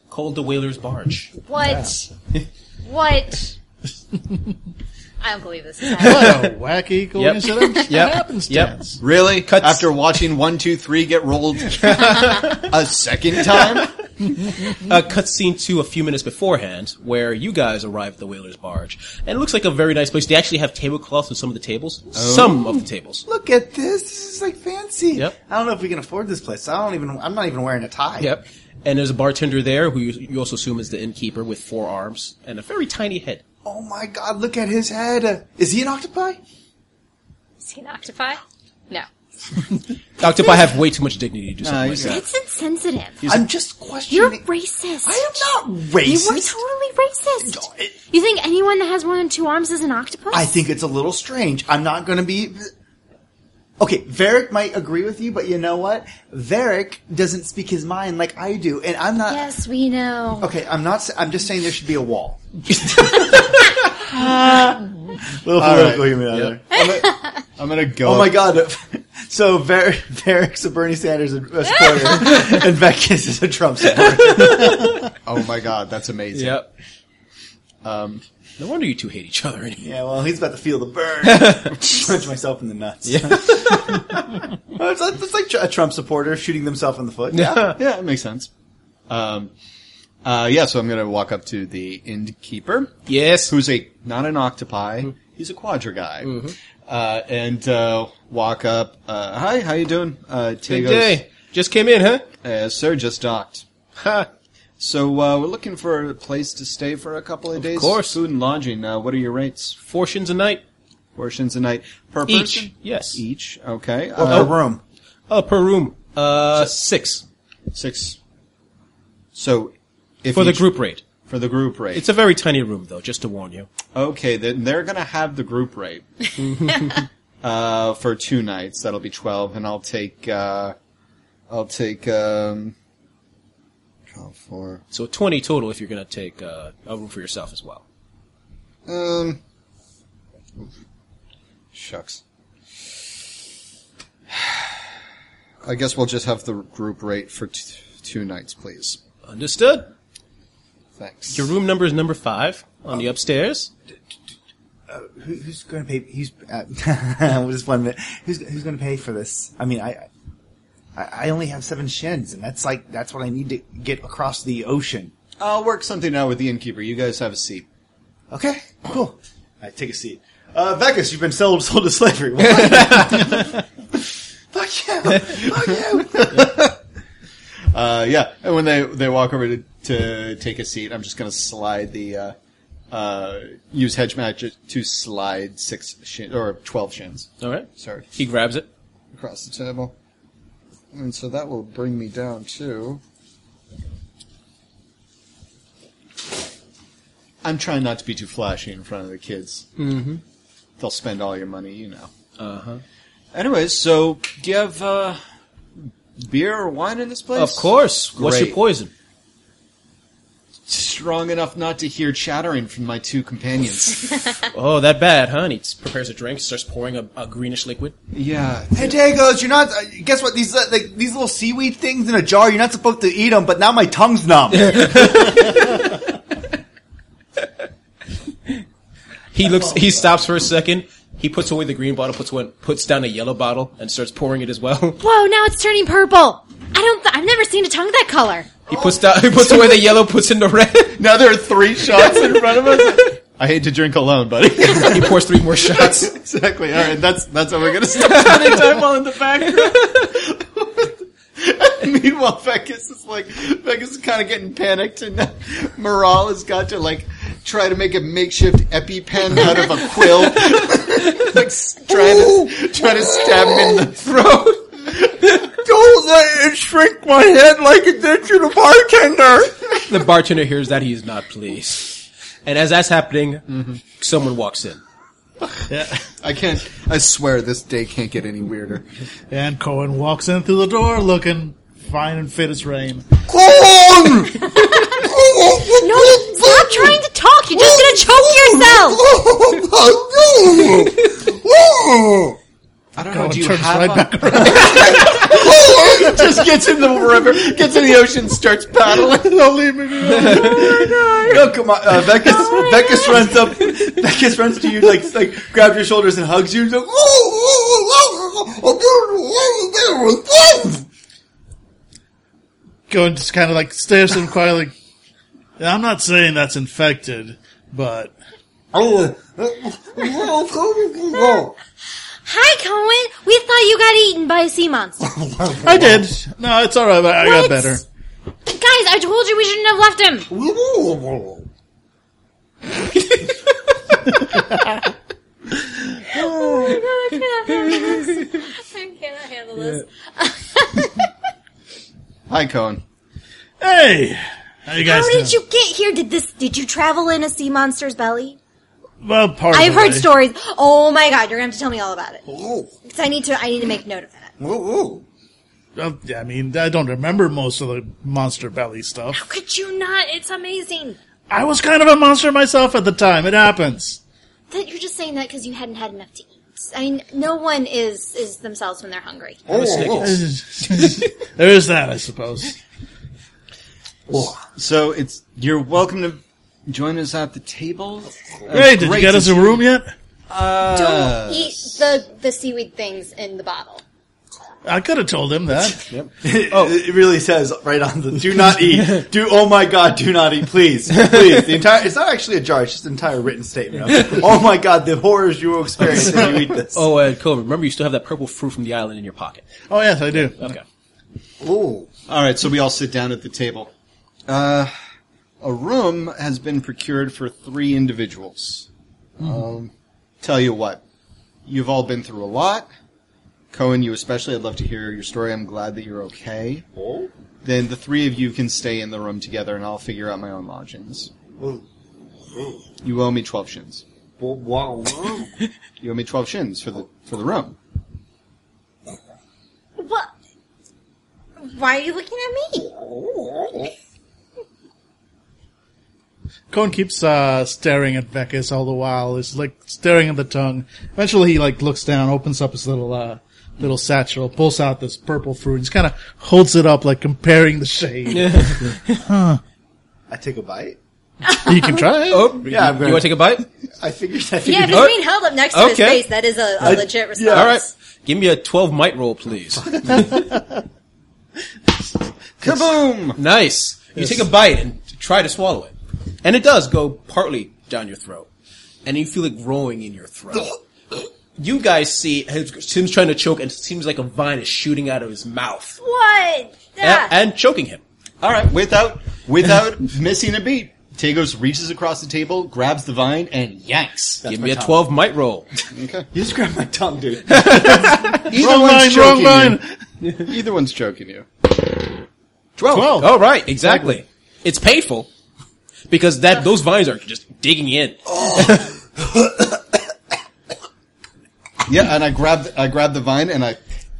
Speaker 3: called the Whaler's Barge.
Speaker 6: What? [laughs] what? I don't believe this is happening.
Speaker 7: What a wacky coincidence!
Speaker 3: Yep.
Speaker 7: Happenstance.
Speaker 4: Really? After watching one, two, three
Speaker 3: [laughs]
Speaker 4: get rolled [laughs] a second time?
Speaker 3: A cutscene to a few minutes beforehand, where you guys arrive at the Whaler's Barge, and it looks like a very nice place. They actually have tablecloths on some of the tables, some of the tables.
Speaker 1: Look at this. This is like fancy.
Speaker 3: Yep.
Speaker 1: I don't know if we can afford this place. I don't even. I'm not even wearing a tie.
Speaker 3: Yep. And there's a bartender there who you, you also assume is the innkeeper with four arms and a very tiny head.
Speaker 1: Oh my god! Look at his head. Is he an octopi?
Speaker 6: Is he an octopi? No.
Speaker 3: Octopi have way too much dignity to do something like
Speaker 4: he's
Speaker 3: that.
Speaker 6: It's insensitive.
Speaker 1: I'm just
Speaker 6: You're
Speaker 1: questioning.
Speaker 6: racist.
Speaker 1: I am not
Speaker 6: You are
Speaker 1: racist.
Speaker 6: totally racist. You think anyone that has more than two arms is an octopus?
Speaker 1: I think it's a little strange. I'm not going to be. Okay, Varric might agree with you, but you know what? Varric doesn't speak his mind like I do, and I'm not.
Speaker 6: Yes, we know.
Speaker 1: Okay, I'm not. s- I'm just saying there should be a wall. [laughs] little political humor out there.
Speaker 4: I'm gonna go.
Speaker 1: Oh my god! [laughs] So Var- Varric's a Bernie Sanders and- a supporter, [laughs] and Vekas is a Trump supporter.
Speaker 4: Oh my god, that's amazing.
Speaker 3: Yep.
Speaker 4: Um,
Speaker 3: No wonder you two hate each other anymore.
Speaker 1: Yeah, well, he's about to feel the burn. [laughs] Punch myself in the nuts. [laughs] Yeah. it's, like, it's like a Trump supporter shooting themselves in the foot. Yeah.
Speaker 4: yeah, it makes sense. Um, uh, yeah, so I'm gonna walk up to the innkeeper,
Speaker 3: [laughs] Yes.
Speaker 4: who's a not an octopi,
Speaker 3: Mm-hmm.
Speaker 4: he's a quadra guy, uh, and uh, walk up. Uh, Hi, how you doing? Uh,
Speaker 3: Good
Speaker 4: Tegos,
Speaker 3: day. Just came in, huh?
Speaker 4: Uh, sir, just docked.
Speaker 3: Ha.
Speaker 4: So uh, we're looking for a place to stay for a couple of, days.
Speaker 3: course.
Speaker 4: food and lodging. Uh, what are your rates?
Speaker 3: Four shins a night
Speaker 4: Portions a night per
Speaker 3: each.
Speaker 4: person.
Speaker 3: Yes.
Speaker 4: Each. Okay.
Speaker 1: Or
Speaker 4: Uh,
Speaker 1: per room.
Speaker 3: Uh, per room. Uh, six
Speaker 4: Six. So, if
Speaker 3: for the
Speaker 4: each-
Speaker 3: group rate.
Speaker 4: for the group rate,
Speaker 3: It's a very tiny room though, just to warn you.
Speaker 4: okay. Then they're gonna have the group
Speaker 3: [laughs]
Speaker 4: rate [laughs] uh, for two nights. That'll be twelve, and I'll take uh, I'll take um, twelve four.
Speaker 3: So twenty total if you're gonna take uh, a room for yourself as well.
Speaker 4: Um. Shucks. I guess we'll just have the group rate for t- two nights, please.
Speaker 3: Understood.
Speaker 4: Thanks.
Speaker 3: Your room number is number five on the upstairs.
Speaker 1: Uh, Who, who's going to pay? Who's uh, [laughs] just one minute. Who's who's going to pay for this? I mean, I, I I only have seven shins, and that's like that's what I need to get across the ocean.
Speaker 4: I'll work something out with the innkeeper. You guys have a seat.
Speaker 1: Okay, cool. I take a seat. Uh, Vekas, you've been sold, [laughs] sold to slavery. Well, fuck you. fuck you. Fuck you.
Speaker 4: Uh, yeah, and when they they walk over to, to take a seat, I'm just gonna slide the uh, uh, use hedge magic to slide six shin, or twelve shins.
Speaker 3: All right.
Speaker 4: Sorry,
Speaker 3: He grabs it.
Speaker 4: across the table, and so that will bring me down to. I'm trying not to be too flashy in front of the kids. Mm-hmm. They'll spend all your money, you know.
Speaker 3: Uh huh.
Speaker 4: Anyways, so do you have uh, beer or wine in this place?
Speaker 3: Of course. What's your
Speaker 4: Great.
Speaker 3: poison?
Speaker 4: strong enough not to hear chattering from my two companions.
Speaker 3: [laughs] Oh, that bad, huh? And he s- prepares a drink, starts pouring a, a greenish liquid.
Speaker 4: yeah.
Speaker 1: Hey, Dagos, you're not. Uh, guess what? These uh, like these little seaweed things in a jar. You're not supposed to eat them, but now my tongue's [laughs] numb.
Speaker 3: He looks. He stops for a second. He puts away the green bottle, puts one, puts down a yellow bottle, and starts pouring it as well. [laughs]
Speaker 8: Whoa, now it's turning purple. I don't. Th- I've never seen a tongue that color.
Speaker 3: He puts down. He puts away the yellow, puts in the red.
Speaker 4: [laughs] Now there are three shots in front
Speaker 3: [laughs]
Speaker 4: of us. I hate to drink alone, buddy.
Speaker 3: he
Speaker 4: [laughs]
Speaker 3: pours three more shots.
Speaker 4: exactly. All right, that's that's how we're gonna stop spending time while in the background. Meanwhile, Vegas is like Vegas is kind of getting panicked, and uh, Morale has got to like try to make a makeshift EpiPen out of a quill, [laughs] like s- trying to trying to stab him in the throat.
Speaker 1: Don't let it shrink my head like it did to the bartender.
Speaker 3: The bartender hears that he is not pleased. And as that's happening,
Speaker 4: Mm-hmm.
Speaker 3: someone walks in.
Speaker 4: I can't. I swear this day can't get any weirder.
Speaker 7: And Cohen walks in through the door looking fine and fit as rain.
Speaker 8: No, stop trying to talk. You're just gonna choke yourself.
Speaker 4: I don't
Speaker 7: Cohen
Speaker 4: know. Do you
Speaker 7: turns
Speaker 4: have
Speaker 7: right
Speaker 4: a-
Speaker 7: back around.
Speaker 4: just gets in the river, gets in the ocean, starts paddling. Don't leave me
Speaker 1: Oh, come on, uh, Vekas. Vekas runs up. Vekas runs to you, like like grabs your shoulders and hugs you. And goes,
Speaker 7: Cohen just kind of like stares at him quietly. Like, "Yeah, I'm not saying that's infected, but
Speaker 8: Hi, Cohen. We thought you got eaten by a sea
Speaker 1: [laughs]
Speaker 8: monster.
Speaker 7: I did. No, it's all right. I, I got
Speaker 8: What?
Speaker 7: better.
Speaker 8: Guys, I told you we shouldn't have
Speaker 1: [laughs]
Speaker 8: left him. Oh my god, [laughs] I cannot handle this.
Speaker 4: Hi, Cohen.
Speaker 7: Hey, how you guys
Speaker 8: How
Speaker 7: doing?
Speaker 8: did you get here? Did this? Did you travel in a sea monster's belly?
Speaker 7: well, part
Speaker 8: I've
Speaker 7: of it,
Speaker 8: heard
Speaker 7: eh?
Speaker 8: stories. Oh my god, you're gonna have to tell me all about it.
Speaker 1: Oh.
Speaker 8: 'Cause I need to. I need to make note of that.
Speaker 7: Well, yeah, I mean, I don't remember most of the monster belly
Speaker 8: How
Speaker 7: stuff.
Speaker 8: could you not? It's amazing
Speaker 7: I was kind of a monster myself at the time. It happens.
Speaker 8: that you're just saying that because you hadn't had enough to eat. I mean, no one is is themselves when they're hungry.
Speaker 1: Uh,
Speaker 7: [laughs] there is that, I suppose.
Speaker 4: So it's you're welcome to join us at the table. Uh,
Speaker 7: Hey, did you
Speaker 4: great
Speaker 7: get us
Speaker 4: to
Speaker 7: a room yet?
Speaker 8: Don't eat the the seaweed things in the bottle.
Speaker 7: I could have told him that.
Speaker 1: Oh, it really says right on the. Do not
Speaker 3: [laughs]
Speaker 1: eat. Do oh my god, do not eat, please, please. The entire. It's not actually a jar. It's just an entire written statement.
Speaker 3: [laughs]
Speaker 1: Of, oh my god, the horrors you will experience if you eat this.
Speaker 3: Oh, and Cove, remember you still have that purple fruit from the island in your pocket.
Speaker 7: oh yes, I do.
Speaker 3: Okay.
Speaker 4: All right, so we all sit down at the table. Uh, A room has been procured for three individuals. Um, tell you what, you've all been through a lot. Cohen, you especially, I'd love to hear your story. I'm glad that you're okay. Then the three of you can stay in the room together and I'll figure out my own lodgings. You owe me 12 shins.
Speaker 9: Wow.
Speaker 4: You owe me 12 shins for the, for the room.
Speaker 6: What? Why are you looking at me?
Speaker 7: Cohen keeps uh, staring at Vekas all the while. He's like staring at the tongue. Eventually, he like looks down, opens up his little uh, little satchel, pulls out this purple fruit, and just kind of holds it up, like comparing the shade.
Speaker 1: I take a bite.
Speaker 7: you can try it.
Speaker 3: Oh, yeah,
Speaker 1: I'm
Speaker 3: you
Speaker 1: gonna-
Speaker 3: want to take a bite?
Speaker 1: I figured. I figured.
Speaker 6: Yeah, if he's being held up next to his
Speaker 3: Okay.
Speaker 6: face, that is a, a legit response.
Speaker 3: All right. Give me a 12 might roll, please.
Speaker 4: [laughs] Kaboom!
Speaker 3: Nice. You take a bite and try to swallow it. And it does go partly down your throat. And you feel it growing in your throat. You guys see Tim's trying to choke and it seems like a vine is shooting out of his mouth.
Speaker 6: What? Ah.
Speaker 3: A- and choking him.
Speaker 4: All right, without without [laughs] missing a beat, Tagos reaches across the table, grabs the vine, and yanks.
Speaker 3: Give me a 12 might
Speaker 4: [laughs]
Speaker 3: roll.
Speaker 1: You just grabbed my tongue, dude.
Speaker 4: Either
Speaker 7: [laughs] Wrong
Speaker 4: one's
Speaker 7: line, wrong
Speaker 4: choking
Speaker 7: line.
Speaker 4: you. [laughs] Either one's choking you.
Speaker 3: 12.
Speaker 4: Oh,
Speaker 7: Twelve.
Speaker 3: All right, exactly. It's painful because that those vines are just digging in.
Speaker 4: Oh. Yeah, and I grab I grab the vine and I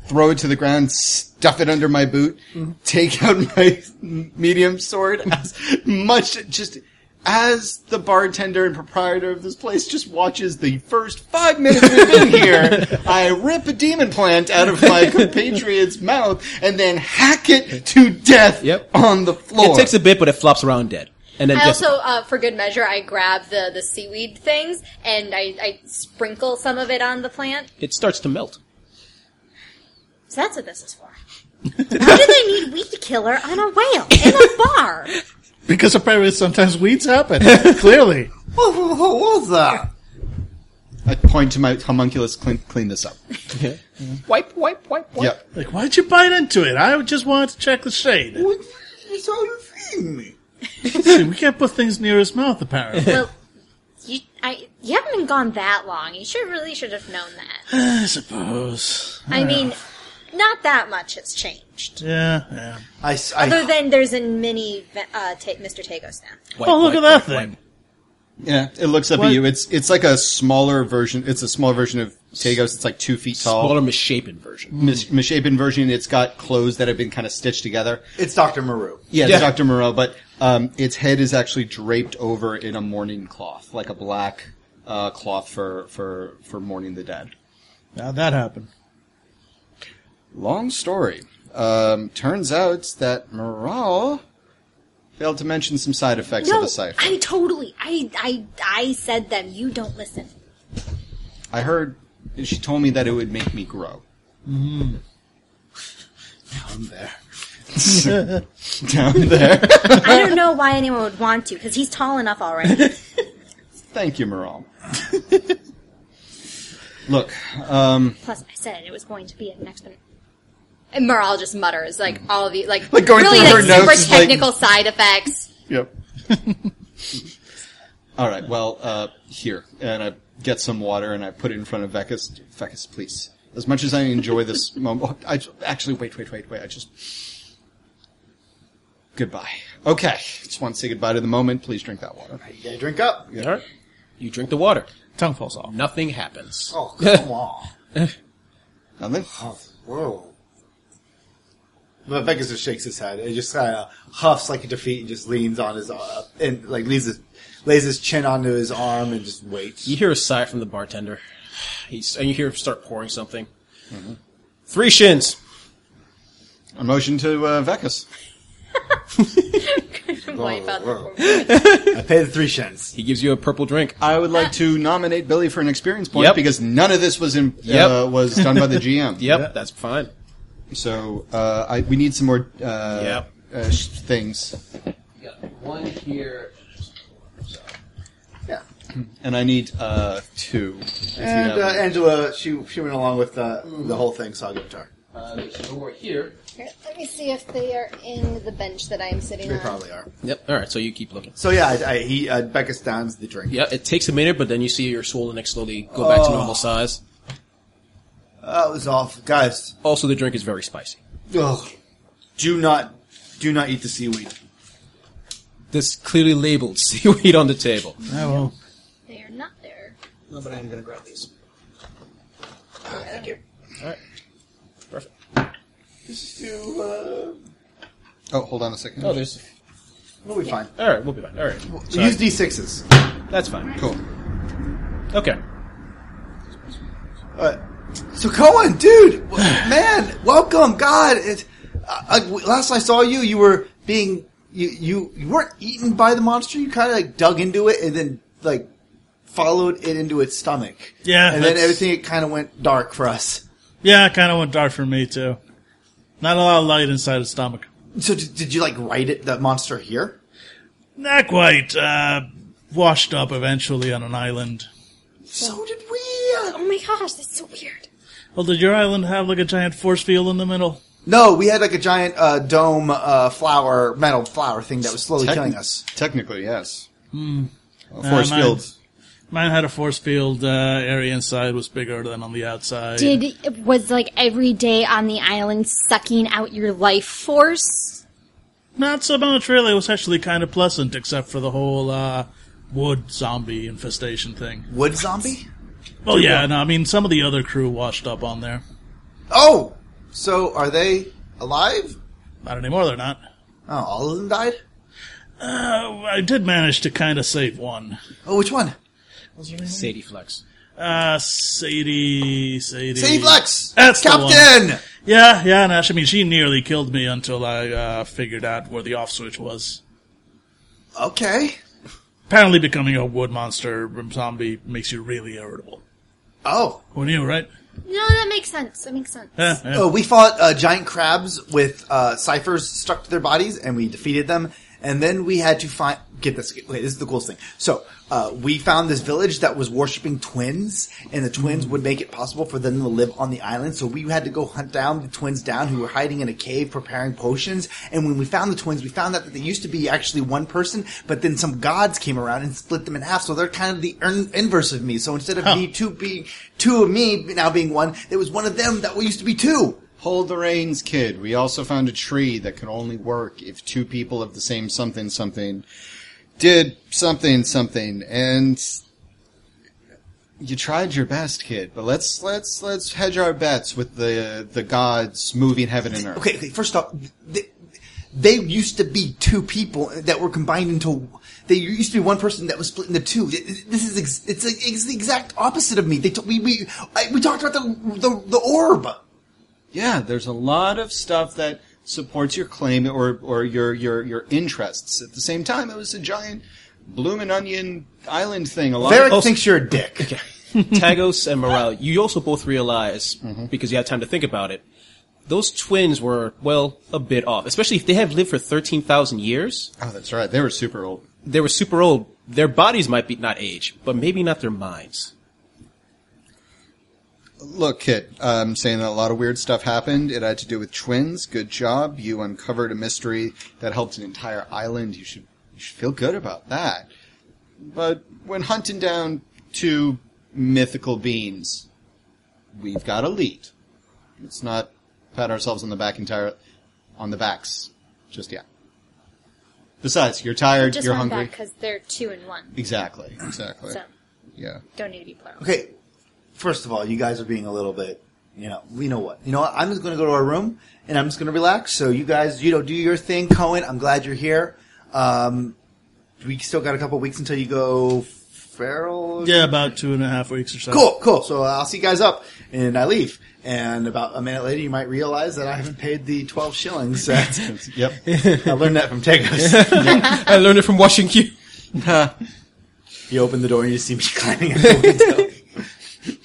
Speaker 4: throw it to the ground, stuff it under my boot,
Speaker 7: Mm-hmm.
Speaker 4: take out my [laughs] medium sword as much just as the bartender and proprietor of this place just watches the first five minutes we've
Speaker 7: [laughs]
Speaker 4: been here, I rip a demon plant out of my compatriot's mouth and then hack it to death
Speaker 3: Yep.
Speaker 4: on the floor.
Speaker 3: It takes a bit, but it flops around dead. And then
Speaker 6: I
Speaker 3: just-
Speaker 6: also, uh, for good measure, I grab the, the seaweed things and I, I sprinkle some of it on the plant.
Speaker 3: it starts to melt.
Speaker 6: So that's what this is for. Why do they need weed killer on a whale in a bar?
Speaker 7: Because apparently sometimes weeds [laughs] happen. Clearly.
Speaker 1: what, what, what was that?
Speaker 4: I point to my homunculus, clean, clean this up.
Speaker 3: Wipe, wipe, wipe, wipe.
Speaker 4: Yep.
Speaker 7: Like, why'd you bite into it? I just wanted to check the [laughs] shade.
Speaker 1: What, that's all you're feeding me.
Speaker 7: See, we can't put things near his mouth, apparently.
Speaker 6: Well, you, I, you haven't been gone that long. You should really should have known that.
Speaker 7: I suppose.
Speaker 6: I mean, not that much has changed.
Speaker 7: Yeah, yeah.
Speaker 1: I, s- I-
Speaker 6: Other than there's a mini uh, ta- Mr. Tagos now.
Speaker 3: Wipe,
Speaker 7: Oh, look
Speaker 3: wipe,
Speaker 7: at that
Speaker 3: wipe,
Speaker 7: thing.
Speaker 4: Yeah, it looks up at you. It's it's like a smaller version. It's a small version of Tagos. It's like two feet tall,
Speaker 3: Smaller, misshapen version.
Speaker 4: mis- misshapen version. It's got clothes that have been kind of stitched together.
Speaker 1: it's Doctor Maru.
Speaker 4: Yeah,
Speaker 3: Yeah.
Speaker 4: it's Dr. Moreau, but um, its head is actually draped over in a mourning cloth, like a black uh, cloth for for for mourning the dead.
Speaker 7: Now that happened.
Speaker 4: Long story. Um, turns out that Moreau failed to mention some side effects of
Speaker 6: No,
Speaker 4: the cipher.
Speaker 6: I Oh, totally, I, I, I said them. You don't listen.
Speaker 4: I heard she told me that it would make me grow. Mm. Down there. Down there.
Speaker 6: I don't know why anyone would want to because he's tall
Speaker 4: [laughs]
Speaker 6: enough already.
Speaker 4: Thank you, [laughs] Moral. Look, um,
Speaker 6: Plus, I said it was going to be an exponent. And Moral just mutters like all the like,
Speaker 4: Like, going
Speaker 6: really
Speaker 4: through
Speaker 6: like
Speaker 4: her notes
Speaker 6: super
Speaker 4: is like-
Speaker 6: technical side effects.
Speaker 4: yep. All right. Well, uh, here, and I get some water and I put it in front of Vekas. Vekas, please. As much as I enjoy
Speaker 6: [laughs]
Speaker 4: this moment, I actually wait, wait, wait, wait. I just goodbye. Okay, just want to say goodbye to the moment. Please drink that water.
Speaker 1: Yeah, drink up.
Speaker 3: All right. You drink the water.
Speaker 7: Mm. Tongue falls off.
Speaker 3: Nothing happens.
Speaker 1: Oh, come on.
Speaker 4: Nothing.
Speaker 1: Whoa. But Vegas just shakes his head. It just kind of huffs like a defeat and just leans on his uh, and like leans his, lays his chin onto his arm and just waits.
Speaker 3: [laughs] You hear a sigh from the bartender. He's, and you hear him start pouring something. Three shins.
Speaker 4: A motion to uh, Vekas.
Speaker 6: Wipe out the-
Speaker 1: I pay the three shins.
Speaker 3: He gives you a purple drink. Ah,
Speaker 4: I would like to nominate Billy for an experience point
Speaker 3: Yep.
Speaker 4: because none of this was in, uh,
Speaker 3: Yep.
Speaker 4: was done [laughs] by the GM.
Speaker 3: Yep, that's fine.
Speaker 4: So uh, I, we need some more uh,
Speaker 3: Yep.
Speaker 4: uh, sh- things,
Speaker 3: one here.
Speaker 1: Yeah.
Speaker 4: and I need uh, two. if you
Speaker 1: And
Speaker 4: have-
Speaker 1: uh, Angela, she she went along with uh, the whole thing, so I'll give it to her.
Speaker 3: Uh, there's a door here.
Speaker 6: Here, let me see if they are in the bench that I am sitting
Speaker 1: They
Speaker 6: on.
Speaker 1: probably are.
Speaker 3: Yep. All right. So you keep looking.
Speaker 1: So yeah, I, I, he uh, Becca stands the drink.
Speaker 3: Yeah, it takes a minute, but then you see your swollen neck slowly go back to
Speaker 7: Oh.
Speaker 3: normal size.
Speaker 1: That Oh, was awful, guys.
Speaker 3: Also, the drink is very spicy.
Speaker 1: Ugh. Do not, do not eat the seaweed.
Speaker 3: This clearly labeled [laughs] seaweed on the table.
Speaker 7: Oh, well.
Speaker 6: They are not there.
Speaker 3: No, but I am going to grab these.
Speaker 1: Thank you.
Speaker 3: All right. Perfect.
Speaker 1: This is too. Uh,
Speaker 4: Oh, hold on a second.
Speaker 3: Oh, there's.
Speaker 1: we'll be fine.
Speaker 3: All right, we'll be fine. All right.
Speaker 1: We Use d sixes.
Speaker 3: That's fine.
Speaker 4: cool.
Speaker 3: Okay.
Speaker 1: Uh, so Cohen, dude, w- man, welcome, God. It, I, I- w- last I saw you, you were being you, you you weren't eaten by the monster. You kind of like dug into it and then like followed it into its stomach.
Speaker 7: Yeah,
Speaker 1: and then
Speaker 7: that's-
Speaker 1: everything it kind of went dark for us.
Speaker 7: yeah, it kind of went dark for me too. Not a lot of light inside the stomach.
Speaker 1: So did, did you like write it that monster here?
Speaker 7: Not quite. Uh, washed up eventually on an island.
Speaker 1: So did we. uh,
Speaker 6: Oh my gosh, that's so weird.
Speaker 7: Well, did your island have like a giant force field in the middle?
Speaker 1: No, we had like a giant uh, dome uh, flower metal flower thing that was slowly
Speaker 4: Techni-
Speaker 1: killing us.
Speaker 4: Technically, yes. Hmm.
Speaker 7: Uh,
Speaker 4: force
Speaker 7: mine-
Speaker 4: fields.
Speaker 7: Mine had a force field uh, area inside was bigger than on the outside.
Speaker 6: Did was like every day on the island sucking out your life force?
Speaker 7: Not so much, really. It was actually kind of pleasant, except for the whole uh, wood zombie infestation thing.
Speaker 1: Wood zombie.
Speaker 7: Well, yeah, no, I mean, some of the other crew washed up on there.
Speaker 1: Oh, so are they alive?
Speaker 7: Not anymore, they're not.
Speaker 1: Oh, all of them died.
Speaker 7: Uh, I did manage to kind of save one.
Speaker 1: Oh, which one?
Speaker 3: Sadie Flex.
Speaker 7: Uh, Sadie, Sadie.
Speaker 1: Save Lex!
Speaker 7: That's the
Speaker 1: Captain!
Speaker 7: Yeah, yeah, no, I mean, she nearly killed me until I uh, figured out where the off switch was.
Speaker 1: Okay.
Speaker 7: Apparently, becoming a wood monster zombie makes you really irritable.
Speaker 1: Oh.
Speaker 7: Who knew, right?
Speaker 6: No, that makes sense. That makes sense.
Speaker 7: Yeah, yeah.
Speaker 1: Oh, we fought uh, giant crabs with uh, ciphers stuck to their bodies, and we defeated them. And then we had to find get this. Wait, this is the coolest thing. So uh, we found this village that was worshiping twins, and the twins would make it possible for them to live on the island. So we had to go hunt down the twins down who were hiding in a cave preparing potions. And when we found the twins, we found out that they used to be actually one person, but then some gods came around and split them in half. So they're kind of the in- inverse of me. So instead of me two being two of me now being one, it was one of them that used to be two.
Speaker 4: Hold the reins, kid. We also found a tree that could only work if two people of the same something something did something something. And you tried your best, kid. But let's let's let's hedge our bets with the the gods moving heaven and earth.
Speaker 1: Okay, okay. First off, they, they used to be two people that were combined into. They used to be one person that was split into two. This is ex, it's, it's the exact opposite of me. They t- we we I, we talked about the the, the orb.
Speaker 4: Yeah, there's a lot of stuff that supports your claim or or your your your interests. At the same time, it was a giant bloomin' onion island thing. A lot.
Speaker 1: Varric
Speaker 4: Of,
Speaker 1: thinks you're a dick.
Speaker 3: Tagos and Morale, you also both realize, because you had time to think about it, those twins were, well, a bit off. Especially if they have lived for 13,000 years.
Speaker 4: oh, that's right. They were super old.
Speaker 3: They were super old. Their bodies might be not age, but maybe not their minds.
Speaker 4: Look, kid. I'm saying that a lot of weird stuff happened. It had to do with twins. Good job. You uncovered a mystery that helped an entire island. You should you should feel good about that. But when hunting down two mythical beings, we've got a lead. Let's not pat ourselves on the back entire on the backs just yet. Besides, you're tired.
Speaker 6: Just
Speaker 4: you're
Speaker 6: one
Speaker 4: hungry.
Speaker 6: back because they're two and one.
Speaker 4: Exactly. Exactly.
Speaker 6: So
Speaker 4: Yeah.
Speaker 6: don't need to be plural.
Speaker 1: Okay, first of all, you guys are being a little bit. You know, we know what. You know what? I'm just going to go to our room and I'm just going to relax. So you guys, you know, do your thing, Cohen. I'm glad you're here. Um, we still got a couple weeks until you go feral.
Speaker 7: Yeah, about two and a half weeks or so.
Speaker 1: cool, cool. So I'll see you guys up, and I leave. And about a minute later, you might realize that I haven't paid the twelve shillings. That
Speaker 4: [laughs] Yep.
Speaker 1: [laughs] I learned that from Tegos.
Speaker 3: I learned it from watching you.
Speaker 1: you open the door and you see me [laughs] climbing
Speaker 4: [laughs]
Speaker 1: out the window.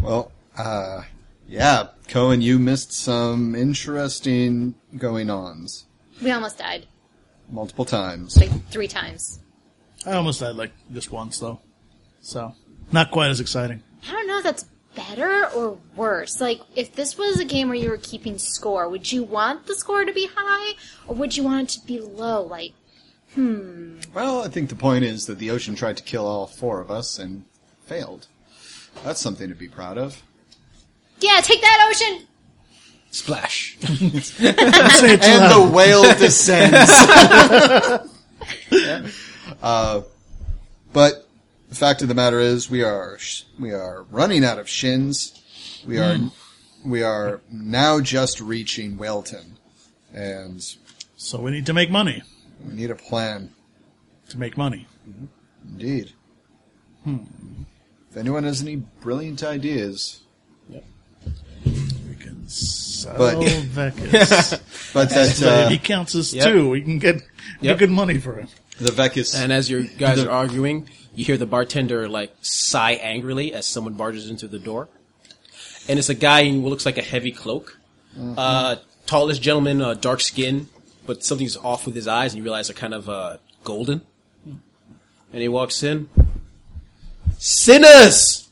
Speaker 4: Well, uh, yeah, Cohen, you missed some interesting going ons
Speaker 6: We almost died
Speaker 4: multiple times.
Speaker 6: like three times.
Speaker 7: I almost died like just once though, so not quite as exciting.
Speaker 6: I don't know. if That's better or worse? Like, if this was a game where you were keeping score, would you want the score to be high or would you want it to be low? Like,
Speaker 4: Well, I think the point is that the ocean tried to kill all four of us and failed. That's something to be proud of.
Speaker 6: yeah, take that ocean.
Speaker 4: Splash.
Speaker 7: Say it too
Speaker 4: and
Speaker 7: loud.
Speaker 4: the [laughs] whale descends. Yeah. uh, but the fact of the matter is, we are sh- we are running out of shins. We are we are now just reaching Whaleton, and
Speaker 7: So we need to make money.
Speaker 4: we need a plan.
Speaker 7: To make money.
Speaker 4: Indeed. Hmm. If anyone has any brilliant ideas,
Speaker 7: We can sell
Speaker 4: But-
Speaker 7: Vekas.
Speaker 4: but that
Speaker 7: But he
Speaker 4: uh,
Speaker 7: counts as
Speaker 3: Yep.
Speaker 7: two. We can get
Speaker 3: Yep.
Speaker 7: get good money for him.
Speaker 4: the Vecus
Speaker 3: And as your guys are arguing, you hear the bartender like sigh angrily as someone barges into the door, and it's a guy in what looks like a heavy cloak, uh, tallest gentleman, uh, dark skin, but something's off with his eyes, and you realize they're kind of uh, golden. And he walks in. Sinners,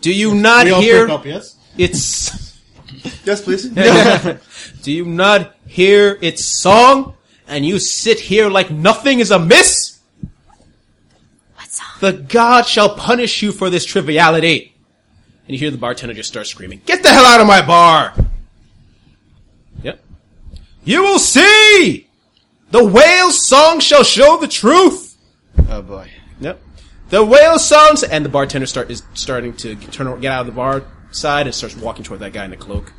Speaker 3: do you not hear?
Speaker 7: yes?
Speaker 3: It's
Speaker 1: Yes, please.
Speaker 3: [laughs] Do you not hear its song? And you sit here like nothing is amiss?
Speaker 6: What song?
Speaker 3: The god shall punish you for this triviality. And you hear the bartender just start screaming, Get the hell out of my bar! Yep. You will see! The whale's song shall show the truth!
Speaker 4: Oh boy.
Speaker 3: Yep. The whale sounds, and the bartender start is starting to turn, get out of the bar side and starts walking toward that guy in the cloak,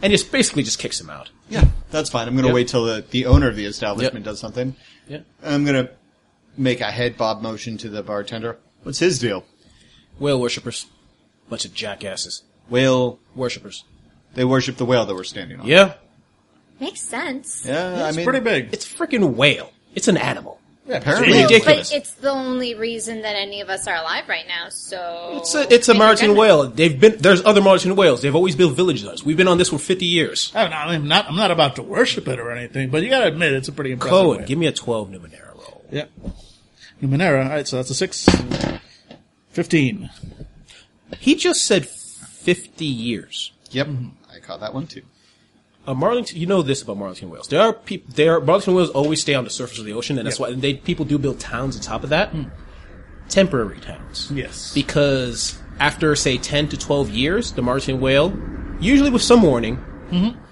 Speaker 3: and just basically just kicks him out.
Speaker 4: Yeah, that's fine. I'm going to
Speaker 3: Yep.
Speaker 4: wait till the, the owner of the
Speaker 3: Yep.
Speaker 4: establishment does something.
Speaker 3: Yeah.
Speaker 4: I'm going to make a head bob motion to the bartender. What's his deal?
Speaker 3: Whale worshippers. Bunch of jackasses.
Speaker 4: Whale.
Speaker 3: Worshippers.
Speaker 4: They worship the whale that we're standing on.
Speaker 3: Yeah?
Speaker 6: Makes sense.
Speaker 4: Yeah, I
Speaker 7: It's
Speaker 4: mean,
Speaker 7: pretty big.
Speaker 3: It's a freaking whale. It's an animal.
Speaker 4: apparently.
Speaker 3: It's
Speaker 6: Well,
Speaker 3: ridiculous.
Speaker 6: But it's the only reason that any of us are alive right now, so.
Speaker 3: It's a, it's a
Speaker 6: Make
Speaker 3: Mauritian
Speaker 6: judgment.
Speaker 3: whale. They've been, there's other Mauritian whales. They've always built villages on us. We've been on this for 50 years.
Speaker 7: I don't know, I'm not. I'm not about to worship it or anything, but you got to admit it's a pretty impressive.
Speaker 3: Cohen,
Speaker 7: way.
Speaker 3: give me a 12 Numenera roll.
Speaker 7: Yeah. Numenera. All right, so that's a six. Fifteen.
Speaker 3: He just said 50 years.
Speaker 4: Yep, I caught that one too.
Speaker 3: Uh, Marlington, you know this about Marlington whales. There are people. There, Marlington whales always stay on the surface of the ocean, and that's why they people do build towns on top of that, temporary towns.
Speaker 7: Yes.
Speaker 3: because after say ten to twelve years, the Marlington whale, usually with some warning,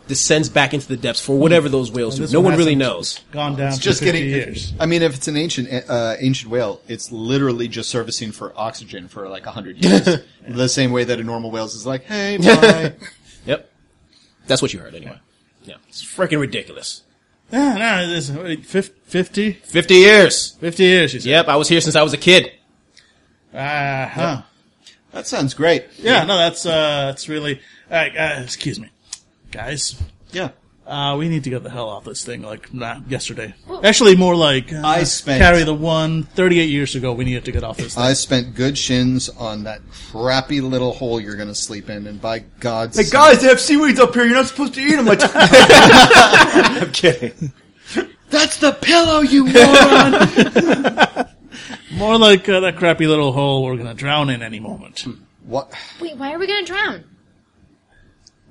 Speaker 3: descends back into the depths for whatever those whales do.
Speaker 7: This
Speaker 3: No Mm-hmm. one really
Speaker 7: hasn't
Speaker 3: knows.
Speaker 7: Gone down.
Speaker 4: It's just
Speaker 7: for 50
Speaker 4: getting.
Speaker 7: years.
Speaker 4: I mean, if it's an ancient uh, ancient whale, it's literally just servicing for oxygen for like hundred
Speaker 3: [laughs]
Speaker 4: years. the same way that a normal whale's is like, hey, bye.
Speaker 3: Yep, that's what you heard anyway. Yeah, it's freaking ridiculous.
Speaker 7: No, Ah, no, it is. wait, fif- 50?
Speaker 3: Fifty years.
Speaker 7: 50 years, you said.
Speaker 3: Yep, I was here since I was a kid.
Speaker 7: Ah, huh.
Speaker 4: that sounds great.
Speaker 7: Yeah, no, that's, uh, that's really, all right, uh, excuse me. Guys,
Speaker 4: Yeah.
Speaker 7: uh, we need to get the hell off this thing, like, nah, yesterday. Actually, more like, uh,
Speaker 4: I spent-
Speaker 7: carry the one, 38 years ago, we needed to get off this thing.
Speaker 4: I spent good shins on that crappy little hole you're going to sleep in, and by God's
Speaker 1: Hey
Speaker 4: sake-
Speaker 1: guys, they have seaweeds up here. You're not supposed to eat them. I'm kidding.
Speaker 4: that's the pillow you want.
Speaker 7: more like uh, that crappy little hole we're gonna drown in any moment.
Speaker 4: what?
Speaker 6: Wait, why are we gonna drown?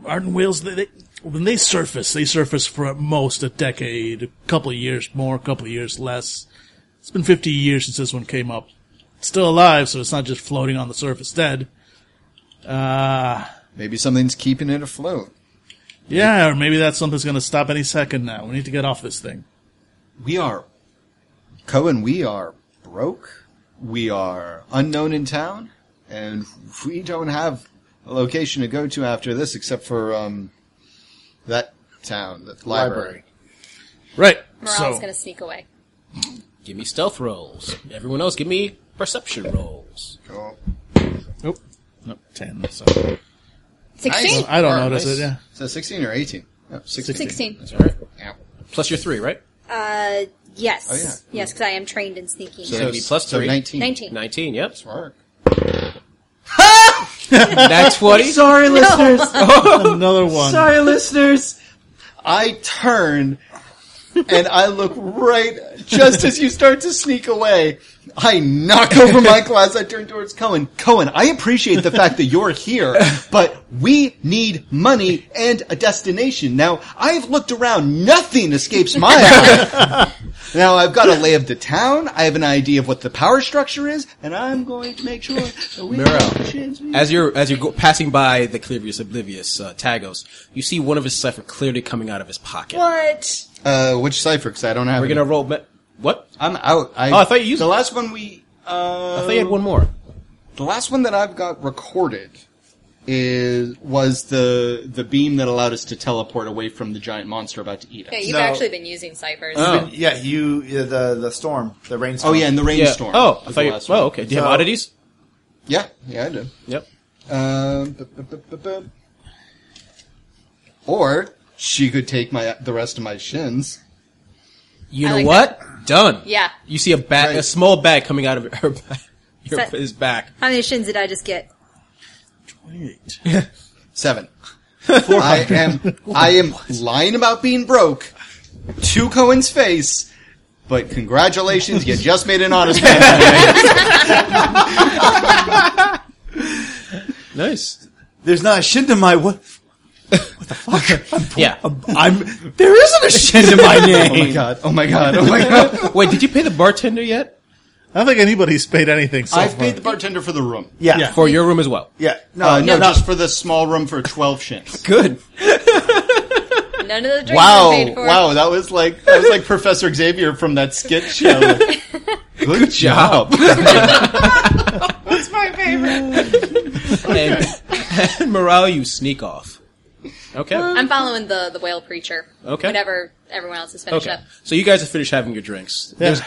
Speaker 7: Martin whales, they, they, when they surface, they surface for at most a decade, a couple of years more, a couple of years less. It's been 50 years since this one came up. It's still alive, so it's not just floating on the surface dead. Uh,
Speaker 4: Maybe something's keeping it afloat.
Speaker 7: yeah, or maybe that's something's gonna stop any second now. We need to get off this thing.
Speaker 4: We are Cohen. We are broke. We are unknown in town, and we don't have a location to go to after this, except for um that town, that library.
Speaker 7: Right.
Speaker 6: Morale's
Speaker 7: so,
Speaker 6: gonna sneak away.
Speaker 3: Give me stealth rolls. Everyone else, give me perception rolls.
Speaker 4: Cool.
Speaker 7: nope. Nope, 10, so.
Speaker 6: 16?
Speaker 7: I don't
Speaker 4: Or
Speaker 7: notice
Speaker 4: nice.
Speaker 7: it, yeah.
Speaker 4: So sixteen or eighteen? No, sixteen.
Speaker 6: 16.
Speaker 3: All right,
Speaker 4: Ow.
Speaker 3: plus your three, right?
Speaker 6: Uh, yes.
Speaker 4: Oh, yeah.
Speaker 6: Yes, because I am trained in sneaking.
Speaker 3: So it'd be plus
Speaker 4: so
Speaker 3: three.
Speaker 4: 19.
Speaker 6: 19.
Speaker 3: Nineteen. Yep,
Speaker 4: Smart.
Speaker 3: [laughs] that's twenty. Sorry,
Speaker 7: [laughs] Another one.
Speaker 4: listeners. I turn and I look right just as you start to sneak away, I knock over my glass. I turn towards Cohen. Cohen, I appreciate the fact that you're here, but we need money and a destination. Now, I've looked around. Nothing escapes my eye. now, I've got a lay of the town. I have an idea of what the power structure is, and I'm going to make sure that we
Speaker 3: Miro, as you're as you're go- passing by the Clevius Oblivious uh, Tagos, you see one of his cipher clearly coming out of his pocket.
Speaker 6: What?
Speaker 4: Uh, which cipher? Because I don't have
Speaker 3: We're
Speaker 4: it.
Speaker 3: gonna roll. Me- what?
Speaker 4: I'm out. I,
Speaker 3: Oh, I thought you used
Speaker 4: the
Speaker 3: it.
Speaker 4: last one we. Uh,
Speaker 3: I thought you had one more.
Speaker 4: The last one that I've got recorded is was the the beam that allowed us to teleport away from the giant monster about to eat us.
Speaker 6: Yeah, you've
Speaker 1: No.
Speaker 6: actually been using ciphers.
Speaker 3: Oh.
Speaker 1: But, yeah, you yeah, the the storm, the rainstorm.
Speaker 4: Oh yeah, and the
Speaker 3: Yeah.
Speaker 4: rainstorm.
Speaker 3: Oh, I
Speaker 4: was
Speaker 3: thought
Speaker 4: the
Speaker 3: you.
Speaker 4: last
Speaker 3: Oh,
Speaker 4: one.
Speaker 3: okay. Do you have
Speaker 1: So-
Speaker 3: oddities?
Speaker 4: Yeah, yeah, I did.
Speaker 3: Yep.
Speaker 4: Um, bu- bu- bu- bu- bu. or she could take my the rest of my shins.
Speaker 3: You
Speaker 6: I
Speaker 3: know
Speaker 6: like
Speaker 3: what? Done.
Speaker 6: Yeah.
Speaker 3: You see a bat, a
Speaker 4: Right.
Speaker 3: small bat coming out of her, [laughs] back- your,
Speaker 6: Set.
Speaker 3: his back.
Speaker 6: How many shins did I just get?
Speaker 3: [laughs]
Speaker 4: Seven. I am I am lying about being broke to Cohen's face, but congratulations, you just made an honest man.
Speaker 3: [laughs] Nice.
Speaker 1: there's not a shin in my what?
Speaker 3: [laughs] Yeah.
Speaker 1: I'm there isn't a shin in my [laughs]
Speaker 4: Oh my
Speaker 1: name.
Speaker 4: god! Oh my god! Oh my god!
Speaker 3: Wait, did you pay the bartender yet
Speaker 7: I don't think anybody's paid anything so
Speaker 4: I've
Speaker 7: far.
Speaker 4: paid the bartender for the room.
Speaker 1: yeah, yeah,
Speaker 7: Yeah.
Speaker 3: for your room as well?
Speaker 1: No,
Speaker 4: Uh, no,
Speaker 1: no,
Speaker 4: just for the small room for twelve shins.
Speaker 3: Good.
Speaker 6: None of the drinks
Speaker 4: [laughs]
Speaker 6: were
Speaker 4: Wow!
Speaker 6: paid for.
Speaker 4: Wow! That was like that was like Professor Xavier from that skit [laughs] show. Good job. [laughs]
Speaker 6: That's my favorite.
Speaker 3: And, and [laughs] morale, you sneak off. Okay.
Speaker 6: I'm following the, the whale preacher.
Speaker 3: Okay.
Speaker 6: Whenever everyone else is finished
Speaker 3: Okay.
Speaker 6: up.
Speaker 3: So you guys have finished having your drinks.
Speaker 7: Yeah.
Speaker 3: There's-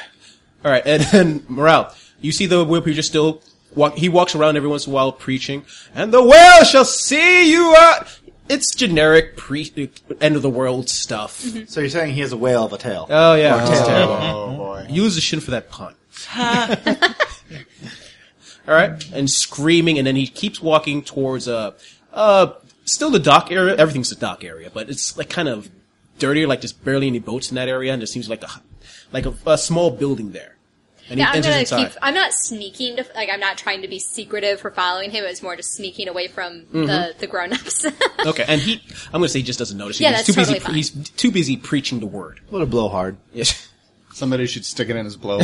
Speaker 3: All right, and then morale. You see the whale preacher still. Walk, he walks around every once in a while preaching, and the whale shall see you out. It's generic pre end of the world stuff.
Speaker 1: So you're saying he has a whale of a tail?
Speaker 3: Oh yeah, it's
Speaker 1: tail.
Speaker 3: terrible.
Speaker 4: Oh boy!
Speaker 3: Use the shin for that pun. [laughs] All right, and screaming, and then he keeps walking towards uh uh still the dock area. Everything's the dock area, but it's like kind of dirtier. Like there's barely any boats in that area, and there seems like a like a, a small building there. And
Speaker 6: Yeah,
Speaker 3: he
Speaker 6: I'm
Speaker 3: enters
Speaker 6: gonna
Speaker 3: inside.
Speaker 6: keep. I'm not sneaking. To, like, I'm not trying to be secretive for following him. It's more just sneaking away from the the grown [laughs] ups.
Speaker 3: Mm-hmm. Okay, and he I'm gonna say he just doesn't notice. you.
Speaker 6: Yeah,
Speaker 3: he's
Speaker 6: that's
Speaker 3: too
Speaker 6: totally
Speaker 3: busy.
Speaker 6: fine.
Speaker 3: He's too busy preaching the word.
Speaker 1: What a blowhard.
Speaker 3: Yes.
Speaker 4: Somebody should stick it in his [laughs] blowhole.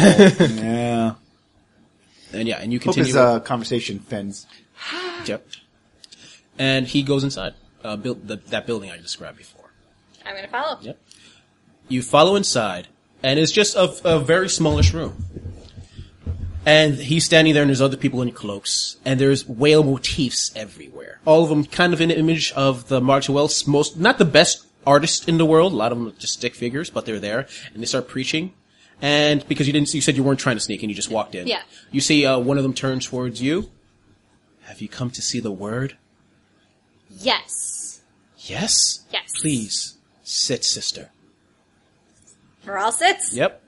Speaker 1: Yeah.
Speaker 3: and yeah, and you
Speaker 1: Hope
Speaker 3: continue.
Speaker 1: his uh, conversation fins.
Speaker 3: yep. And he goes inside. Uh, built the, that building I described before.
Speaker 6: I'm gonna follow.
Speaker 3: Yep. You follow inside, and it's just a, a very smallish room. And he's standing there, and there's other people in cloaks, and there's whale motifs everywhere. All of them kind of in the image of the March Wells most, not the best artist in the world. A lot of them are just stick figures, but they're there, and they start preaching. And because you didn't, you said you weren't trying to sneak in, you just walked in.
Speaker 6: Yeah.
Speaker 3: You see, uh, one of them turns towards you. Have you come to see the word?
Speaker 6: Yes.
Speaker 3: Yes.
Speaker 6: Yes.
Speaker 3: Please sit, sister.
Speaker 6: Morale sits.
Speaker 3: Yep.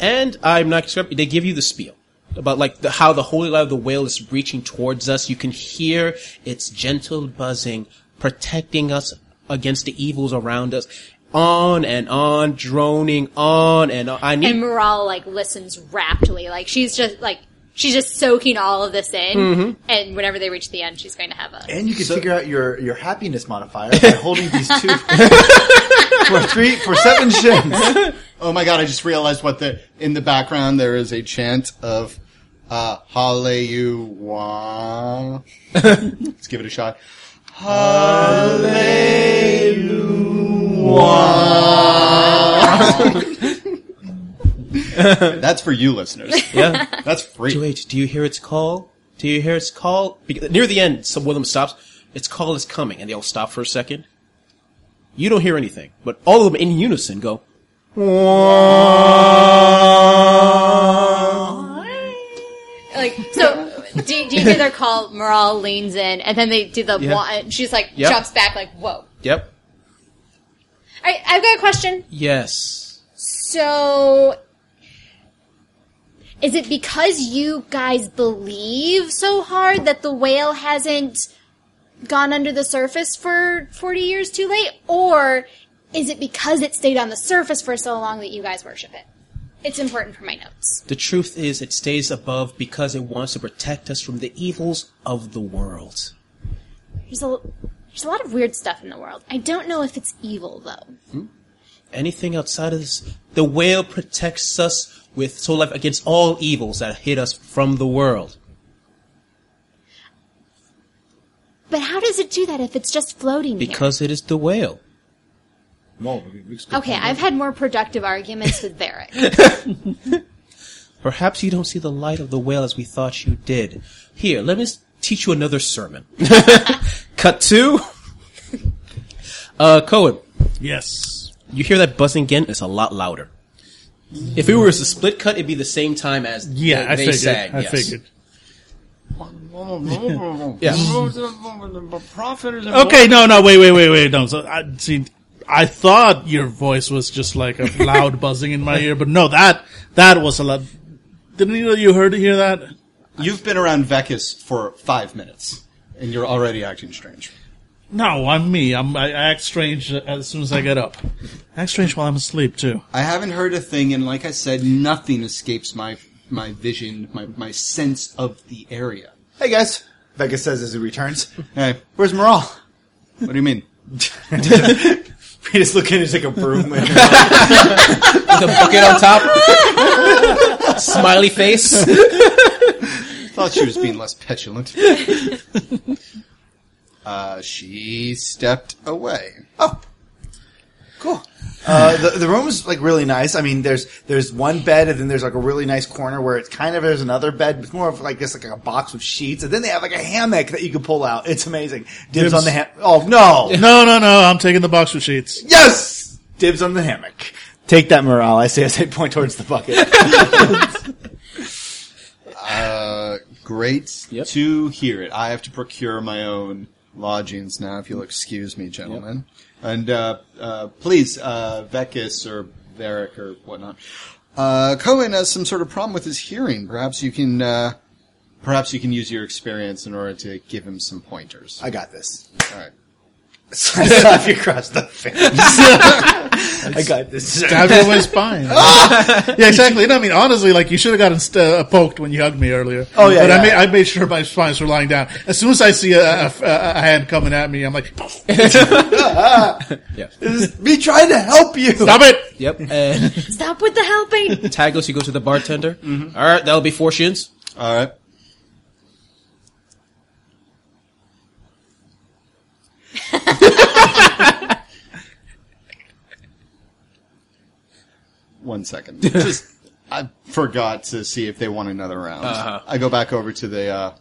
Speaker 3: And I'm not sure. They give you the spiel about like the, how the holy light of the whale is reaching towards us. You can hear its gentle buzzing, protecting us against the evils around us. On and on, droning on and on. I need.
Speaker 6: And Morale like listens raptly. Like she's just like she's just soaking all of this in.
Speaker 3: Mm-hmm.
Speaker 6: And whenever they reach the end, she's going to have a.
Speaker 1: And you can figure out your, your happiness modifier by holding these two
Speaker 4: [laughs]
Speaker 1: for three for seven shins.
Speaker 4: oh my god! I just realized what the in the background there is a chant of uh, [laughs] Hallelujah. Let's give it a shot. Hallelujah. [laughs] That's for you, listeners.
Speaker 3: yeah.
Speaker 4: That's free.
Speaker 3: Wait, do you hear its call? Do you hear its call? Because near the end, some one of them stops. Its call is coming, and they all stop for a second. You don't hear anything, but all of them in unison go.
Speaker 6: Like so. do, do you hear their call? Morale leans in, and then they do the
Speaker 3: Yeah.
Speaker 6: one. and She's like
Speaker 3: Yep.
Speaker 6: jumps back. Like whoa.
Speaker 3: Yep.
Speaker 6: All right, I've got a question.
Speaker 3: Yes.
Speaker 6: So, is it because you guys believe so hard that the whale hasn't gone under the surface for 40 years too late? Or is it because it stayed on the surface for so long that you guys worship it? It's important for my notes.
Speaker 3: The truth is, it stays above because it wants to protect us from the evils of the world.
Speaker 6: There's a there's a lot of weird stuff in the world. I don't know if it's evil though.
Speaker 3: Anything outside of this, the whale protects us with soul life against all evils that hit us from the world.
Speaker 6: But how does it do that if it's just floating there?
Speaker 3: Because it is the whale.
Speaker 9: No, it makes good
Speaker 6: Okay,
Speaker 9: point.
Speaker 6: I've had more productive arguments with Varric.
Speaker 3: Perhaps you don't see the light of the whale as we thought you did. Here, let me s- teach you another sermon. [laughs] Cut two. Uh, Cohen,
Speaker 7: Yes.
Speaker 3: you hear that buzzing again? It's a lot louder. If it was a split cut, it'd be the same time as
Speaker 7: Yeah,
Speaker 3: they,
Speaker 7: I
Speaker 3: they
Speaker 7: figured.
Speaker 3: sang,
Speaker 7: I
Speaker 3: yes.
Speaker 7: figured.
Speaker 4: [laughs] yeah. Prophet is
Speaker 7: Okay, no, no, wait, wait, wait, wait. No, so I see. I thought your voice was just like a loud buzzing in my ear, but no, that that was a lot. Didn't you you heard hear that?
Speaker 4: You've been around Vekis for five minutes, and you're already acting strange.
Speaker 7: No, I'm me. I'm I, I act strange as soon as I get up. I act strange while I'm asleep too.
Speaker 4: I haven't heard a thing, and like I said, nothing escapes my my vision, my, my sense of the area.
Speaker 1: Hey guys, Becca says as he returns.
Speaker 4: Hey,
Speaker 1: Where's Morale?
Speaker 4: what do you [laughs] mean?
Speaker 1: We just look in and take a broom. and-
Speaker 3: With a bucket on
Speaker 1: [laughs]
Speaker 3: top. Smiley face.
Speaker 4: Thought she was being less petulant. Uh, she stepped away.
Speaker 1: Cool. Uh, the the room is like really nice. I mean, there's there's one bed, and then there's like a really nice corner where it's kind of there's another bed. It's more of like just like a box with sheets, and then they have like a hammock that you can pull out. It's amazing. Dibs,
Speaker 7: Dibs.
Speaker 1: on the ham. Oh
Speaker 4: [laughs]
Speaker 1: no!
Speaker 7: No, no, no. I'm taking the box
Speaker 1: [laughs]
Speaker 7: with sheets.
Speaker 1: yes, dibs on the hammock. Take that morale, I say as I point towards the bucket.
Speaker 4: [laughs] Uh, great
Speaker 3: Yep.
Speaker 4: to hear it. I have to procure my own lodgings now, if you'll excuse me, gentlemen. And uh, uh, please, uh, Vekis or Varric or whatnot. Uh, Cohen has some sort of problem with his hearing. Perhaps you can, uh, perhaps you can use your experience in order to give him some pointers.
Speaker 1: I got this.
Speaker 4: All right.
Speaker 1: Slap you across the face. I got this.
Speaker 7: Stab you in my
Speaker 1: [laughs]
Speaker 7: spine. yeah,
Speaker 1: Ah!
Speaker 7: exactly. No, I mean, honestly, like you should have gotten st- uh, poked when you hugged me earlier.
Speaker 1: Oh, yeah,
Speaker 7: but I
Speaker 1: yeah.
Speaker 7: made I made sure my spines were lying down. As soon as I see a, a- a- a hand coming at me, I'm like, [laughs] stop
Speaker 1: This is me trying to help you.
Speaker 7: it.
Speaker 3: Yep. And
Speaker 6: Stop with the helping.
Speaker 3: Tagos, you go to the bartender.
Speaker 1: Mm-hmm.
Speaker 3: All right, that'll be four shins.
Speaker 4: All right.
Speaker 3: [laughs]
Speaker 4: One second. Just I forgot to see if they want another round.
Speaker 3: Uh-huh.
Speaker 4: I go back over to the uh,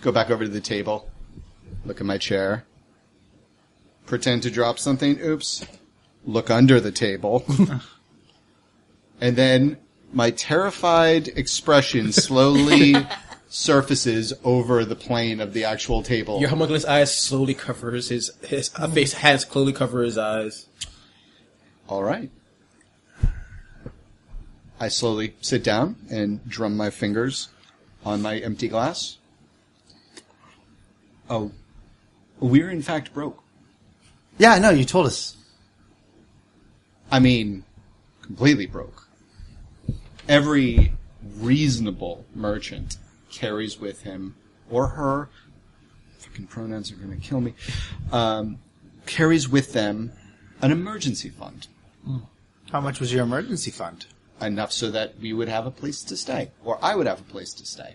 Speaker 4: go back over to the table. Look at my chair. Pretend to drop something. Oops. Look under the table.
Speaker 3: [laughs]
Speaker 4: and then my terrified expression slowly surfaces over the plane of the actual table.
Speaker 3: Your homunculus eyes slowly covers his his uh, face. Hands slowly cover his eyes.
Speaker 4: All right. I slowly sit down and drum my fingers on my empty glass. Oh, we're in fact broke.
Speaker 1: Yeah, no, you told us.
Speaker 4: I mean, completely broke. Every reasonable merchant carries with him or her, fucking pronouns are going to kill me, um, carries with them an emergency fund.
Speaker 1: Hmm. How much was your emergency fund?
Speaker 4: enough so that we would have a place to stay, or I would have a place to stay,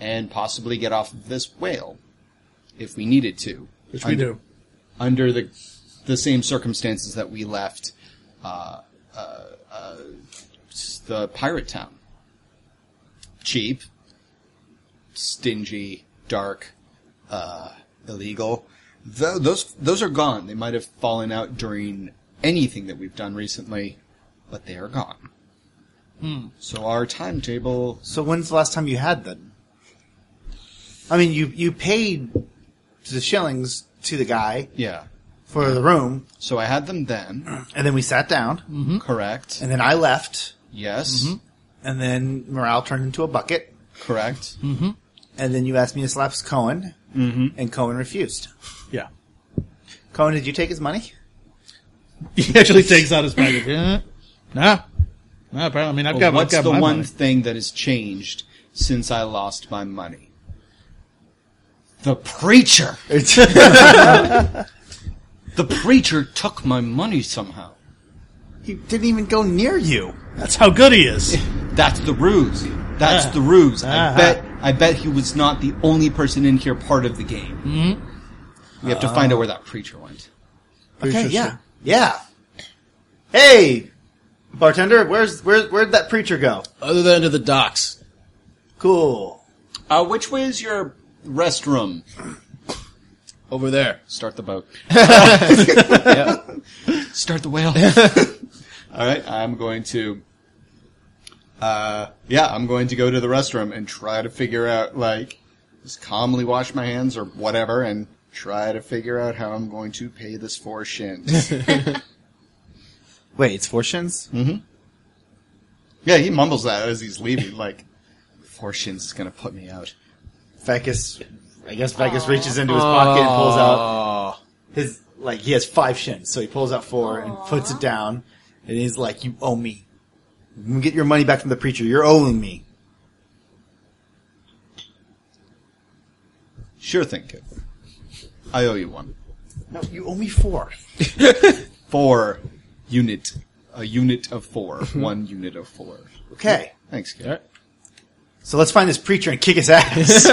Speaker 4: and possibly get off of this whale if we needed to.
Speaker 7: Which we
Speaker 4: under,
Speaker 7: do.
Speaker 4: under the the same circumstances that we left uh, uh, uh, s- the pirate town. Cheap, stingy, dark, uh, illegal. Tho- those those are gone. They might have fallen out during anything that we've done recently, but they are gone. So our timetable.
Speaker 1: So when's the last time you had them? I mean, you you paid the shillings to the guy
Speaker 4: Yeah.
Speaker 1: for the room,
Speaker 4: So I had them then.
Speaker 1: and then we sat down,
Speaker 4: Correct.
Speaker 1: and then I left,
Speaker 4: Yes.
Speaker 1: and then morale turned into a bucket,
Speaker 4: Correct.
Speaker 1: and then you asked me to slap Cohen,
Speaker 4: Mm-hmm.
Speaker 1: and Cohen refused.
Speaker 7: Yeah.
Speaker 1: Cohen, did you take his money?
Speaker 7: [laughs] He actually takes out his package. Yeah. Nah. No, apparently, I mean, I've
Speaker 4: Well,
Speaker 7: got.
Speaker 4: Oh, what's
Speaker 7: I've got
Speaker 4: the
Speaker 7: my
Speaker 4: one
Speaker 7: money.
Speaker 4: thing that has changed since I lost my money? The
Speaker 7: [laughs]
Speaker 4: preacher. the preacher took my money somehow.
Speaker 1: He didn't even go near you.
Speaker 7: That's how good he
Speaker 4: [laughs]
Speaker 7: is.
Speaker 4: That's the ruse. That's the ruse.
Speaker 7: Uh-huh.
Speaker 4: I bet. I bet he was not the only person in here part of the game. Mm-hmm. We have to find out where that preacher went.
Speaker 1: Okay, yeah, yeah. Hey, bartender, where's where where'd that preacher go?
Speaker 3: Other than to the docks.
Speaker 1: Cool.
Speaker 4: Uh, which way is your restroom?
Speaker 3: Over there.
Speaker 4: Start the
Speaker 1: [laughs]
Speaker 4: boat. Start
Speaker 1: [laughs]
Speaker 4: the whale. All right, I'm going to. Uh, yeah, I'm going to go to the restroom and try to figure out, like, just calmly wash my hands or whatever, and try to figure out how I'm going to pay this four shins.
Speaker 1: [laughs] Wait, it's four shins.
Speaker 4: Mm-hmm. yeah, he mumbles that as he's leaving, like, four shins is going to put me out.
Speaker 1: Fecus, I guess Fecus reaches into his pocket and pulls out his like he has five shins, so he pulls out four and puts it down, and he's like, "You owe me. You can get your money back from the preacher. You're owing me."
Speaker 4: Sure thing, kid. I owe you one.
Speaker 1: No, you owe me four.
Speaker 4: Four unit. A unit of four. one unit of four.
Speaker 1: Okay,
Speaker 4: Thanks, kid.
Speaker 1: so let's find this preacher and kick his ass,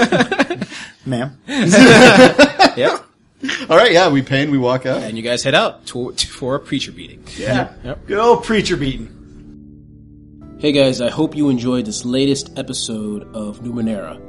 Speaker 1: ma'am.
Speaker 3: Yep.
Speaker 4: All right, yeah, we pay and we walk out.
Speaker 3: and you guys head out to, to, for a preacher beating.
Speaker 1: Yeah,
Speaker 3: Yep.
Speaker 1: good old preacher beating.
Speaker 3: Hey guys, I hope you enjoyed this latest episode of Numenera,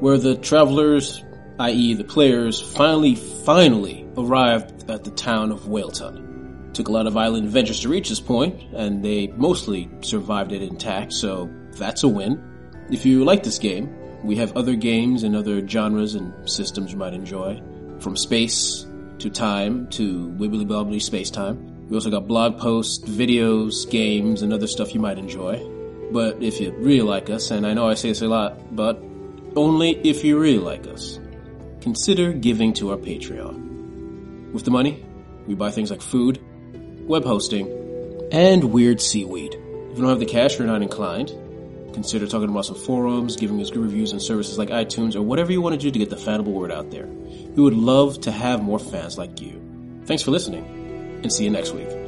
Speaker 3: where the travelers, i.e., the players, finally, finally arrived at the town of Whaleton. Took a lot of island adventures to reach this point, and they mostly survived it intact, so that's a win. If you like this game, we have other games and other genres and systems you might enjoy, from space to time to wibbly bobbly space time. We also got blog posts, videos, games, and other stuff you might enjoy. But if you really like us, and I know I say this a lot, but only if you really like us, consider giving to our Patreon. With the money, we buy things like food, web hosting, and weird seaweed. If you don't have the cash or you're not inclined, Consider talking about some forums, giving us good reviews on services like iTunes, or whatever you want to do to get the fanable word out there. We would love to have more fans like you. Thanks for listening, and see you next week.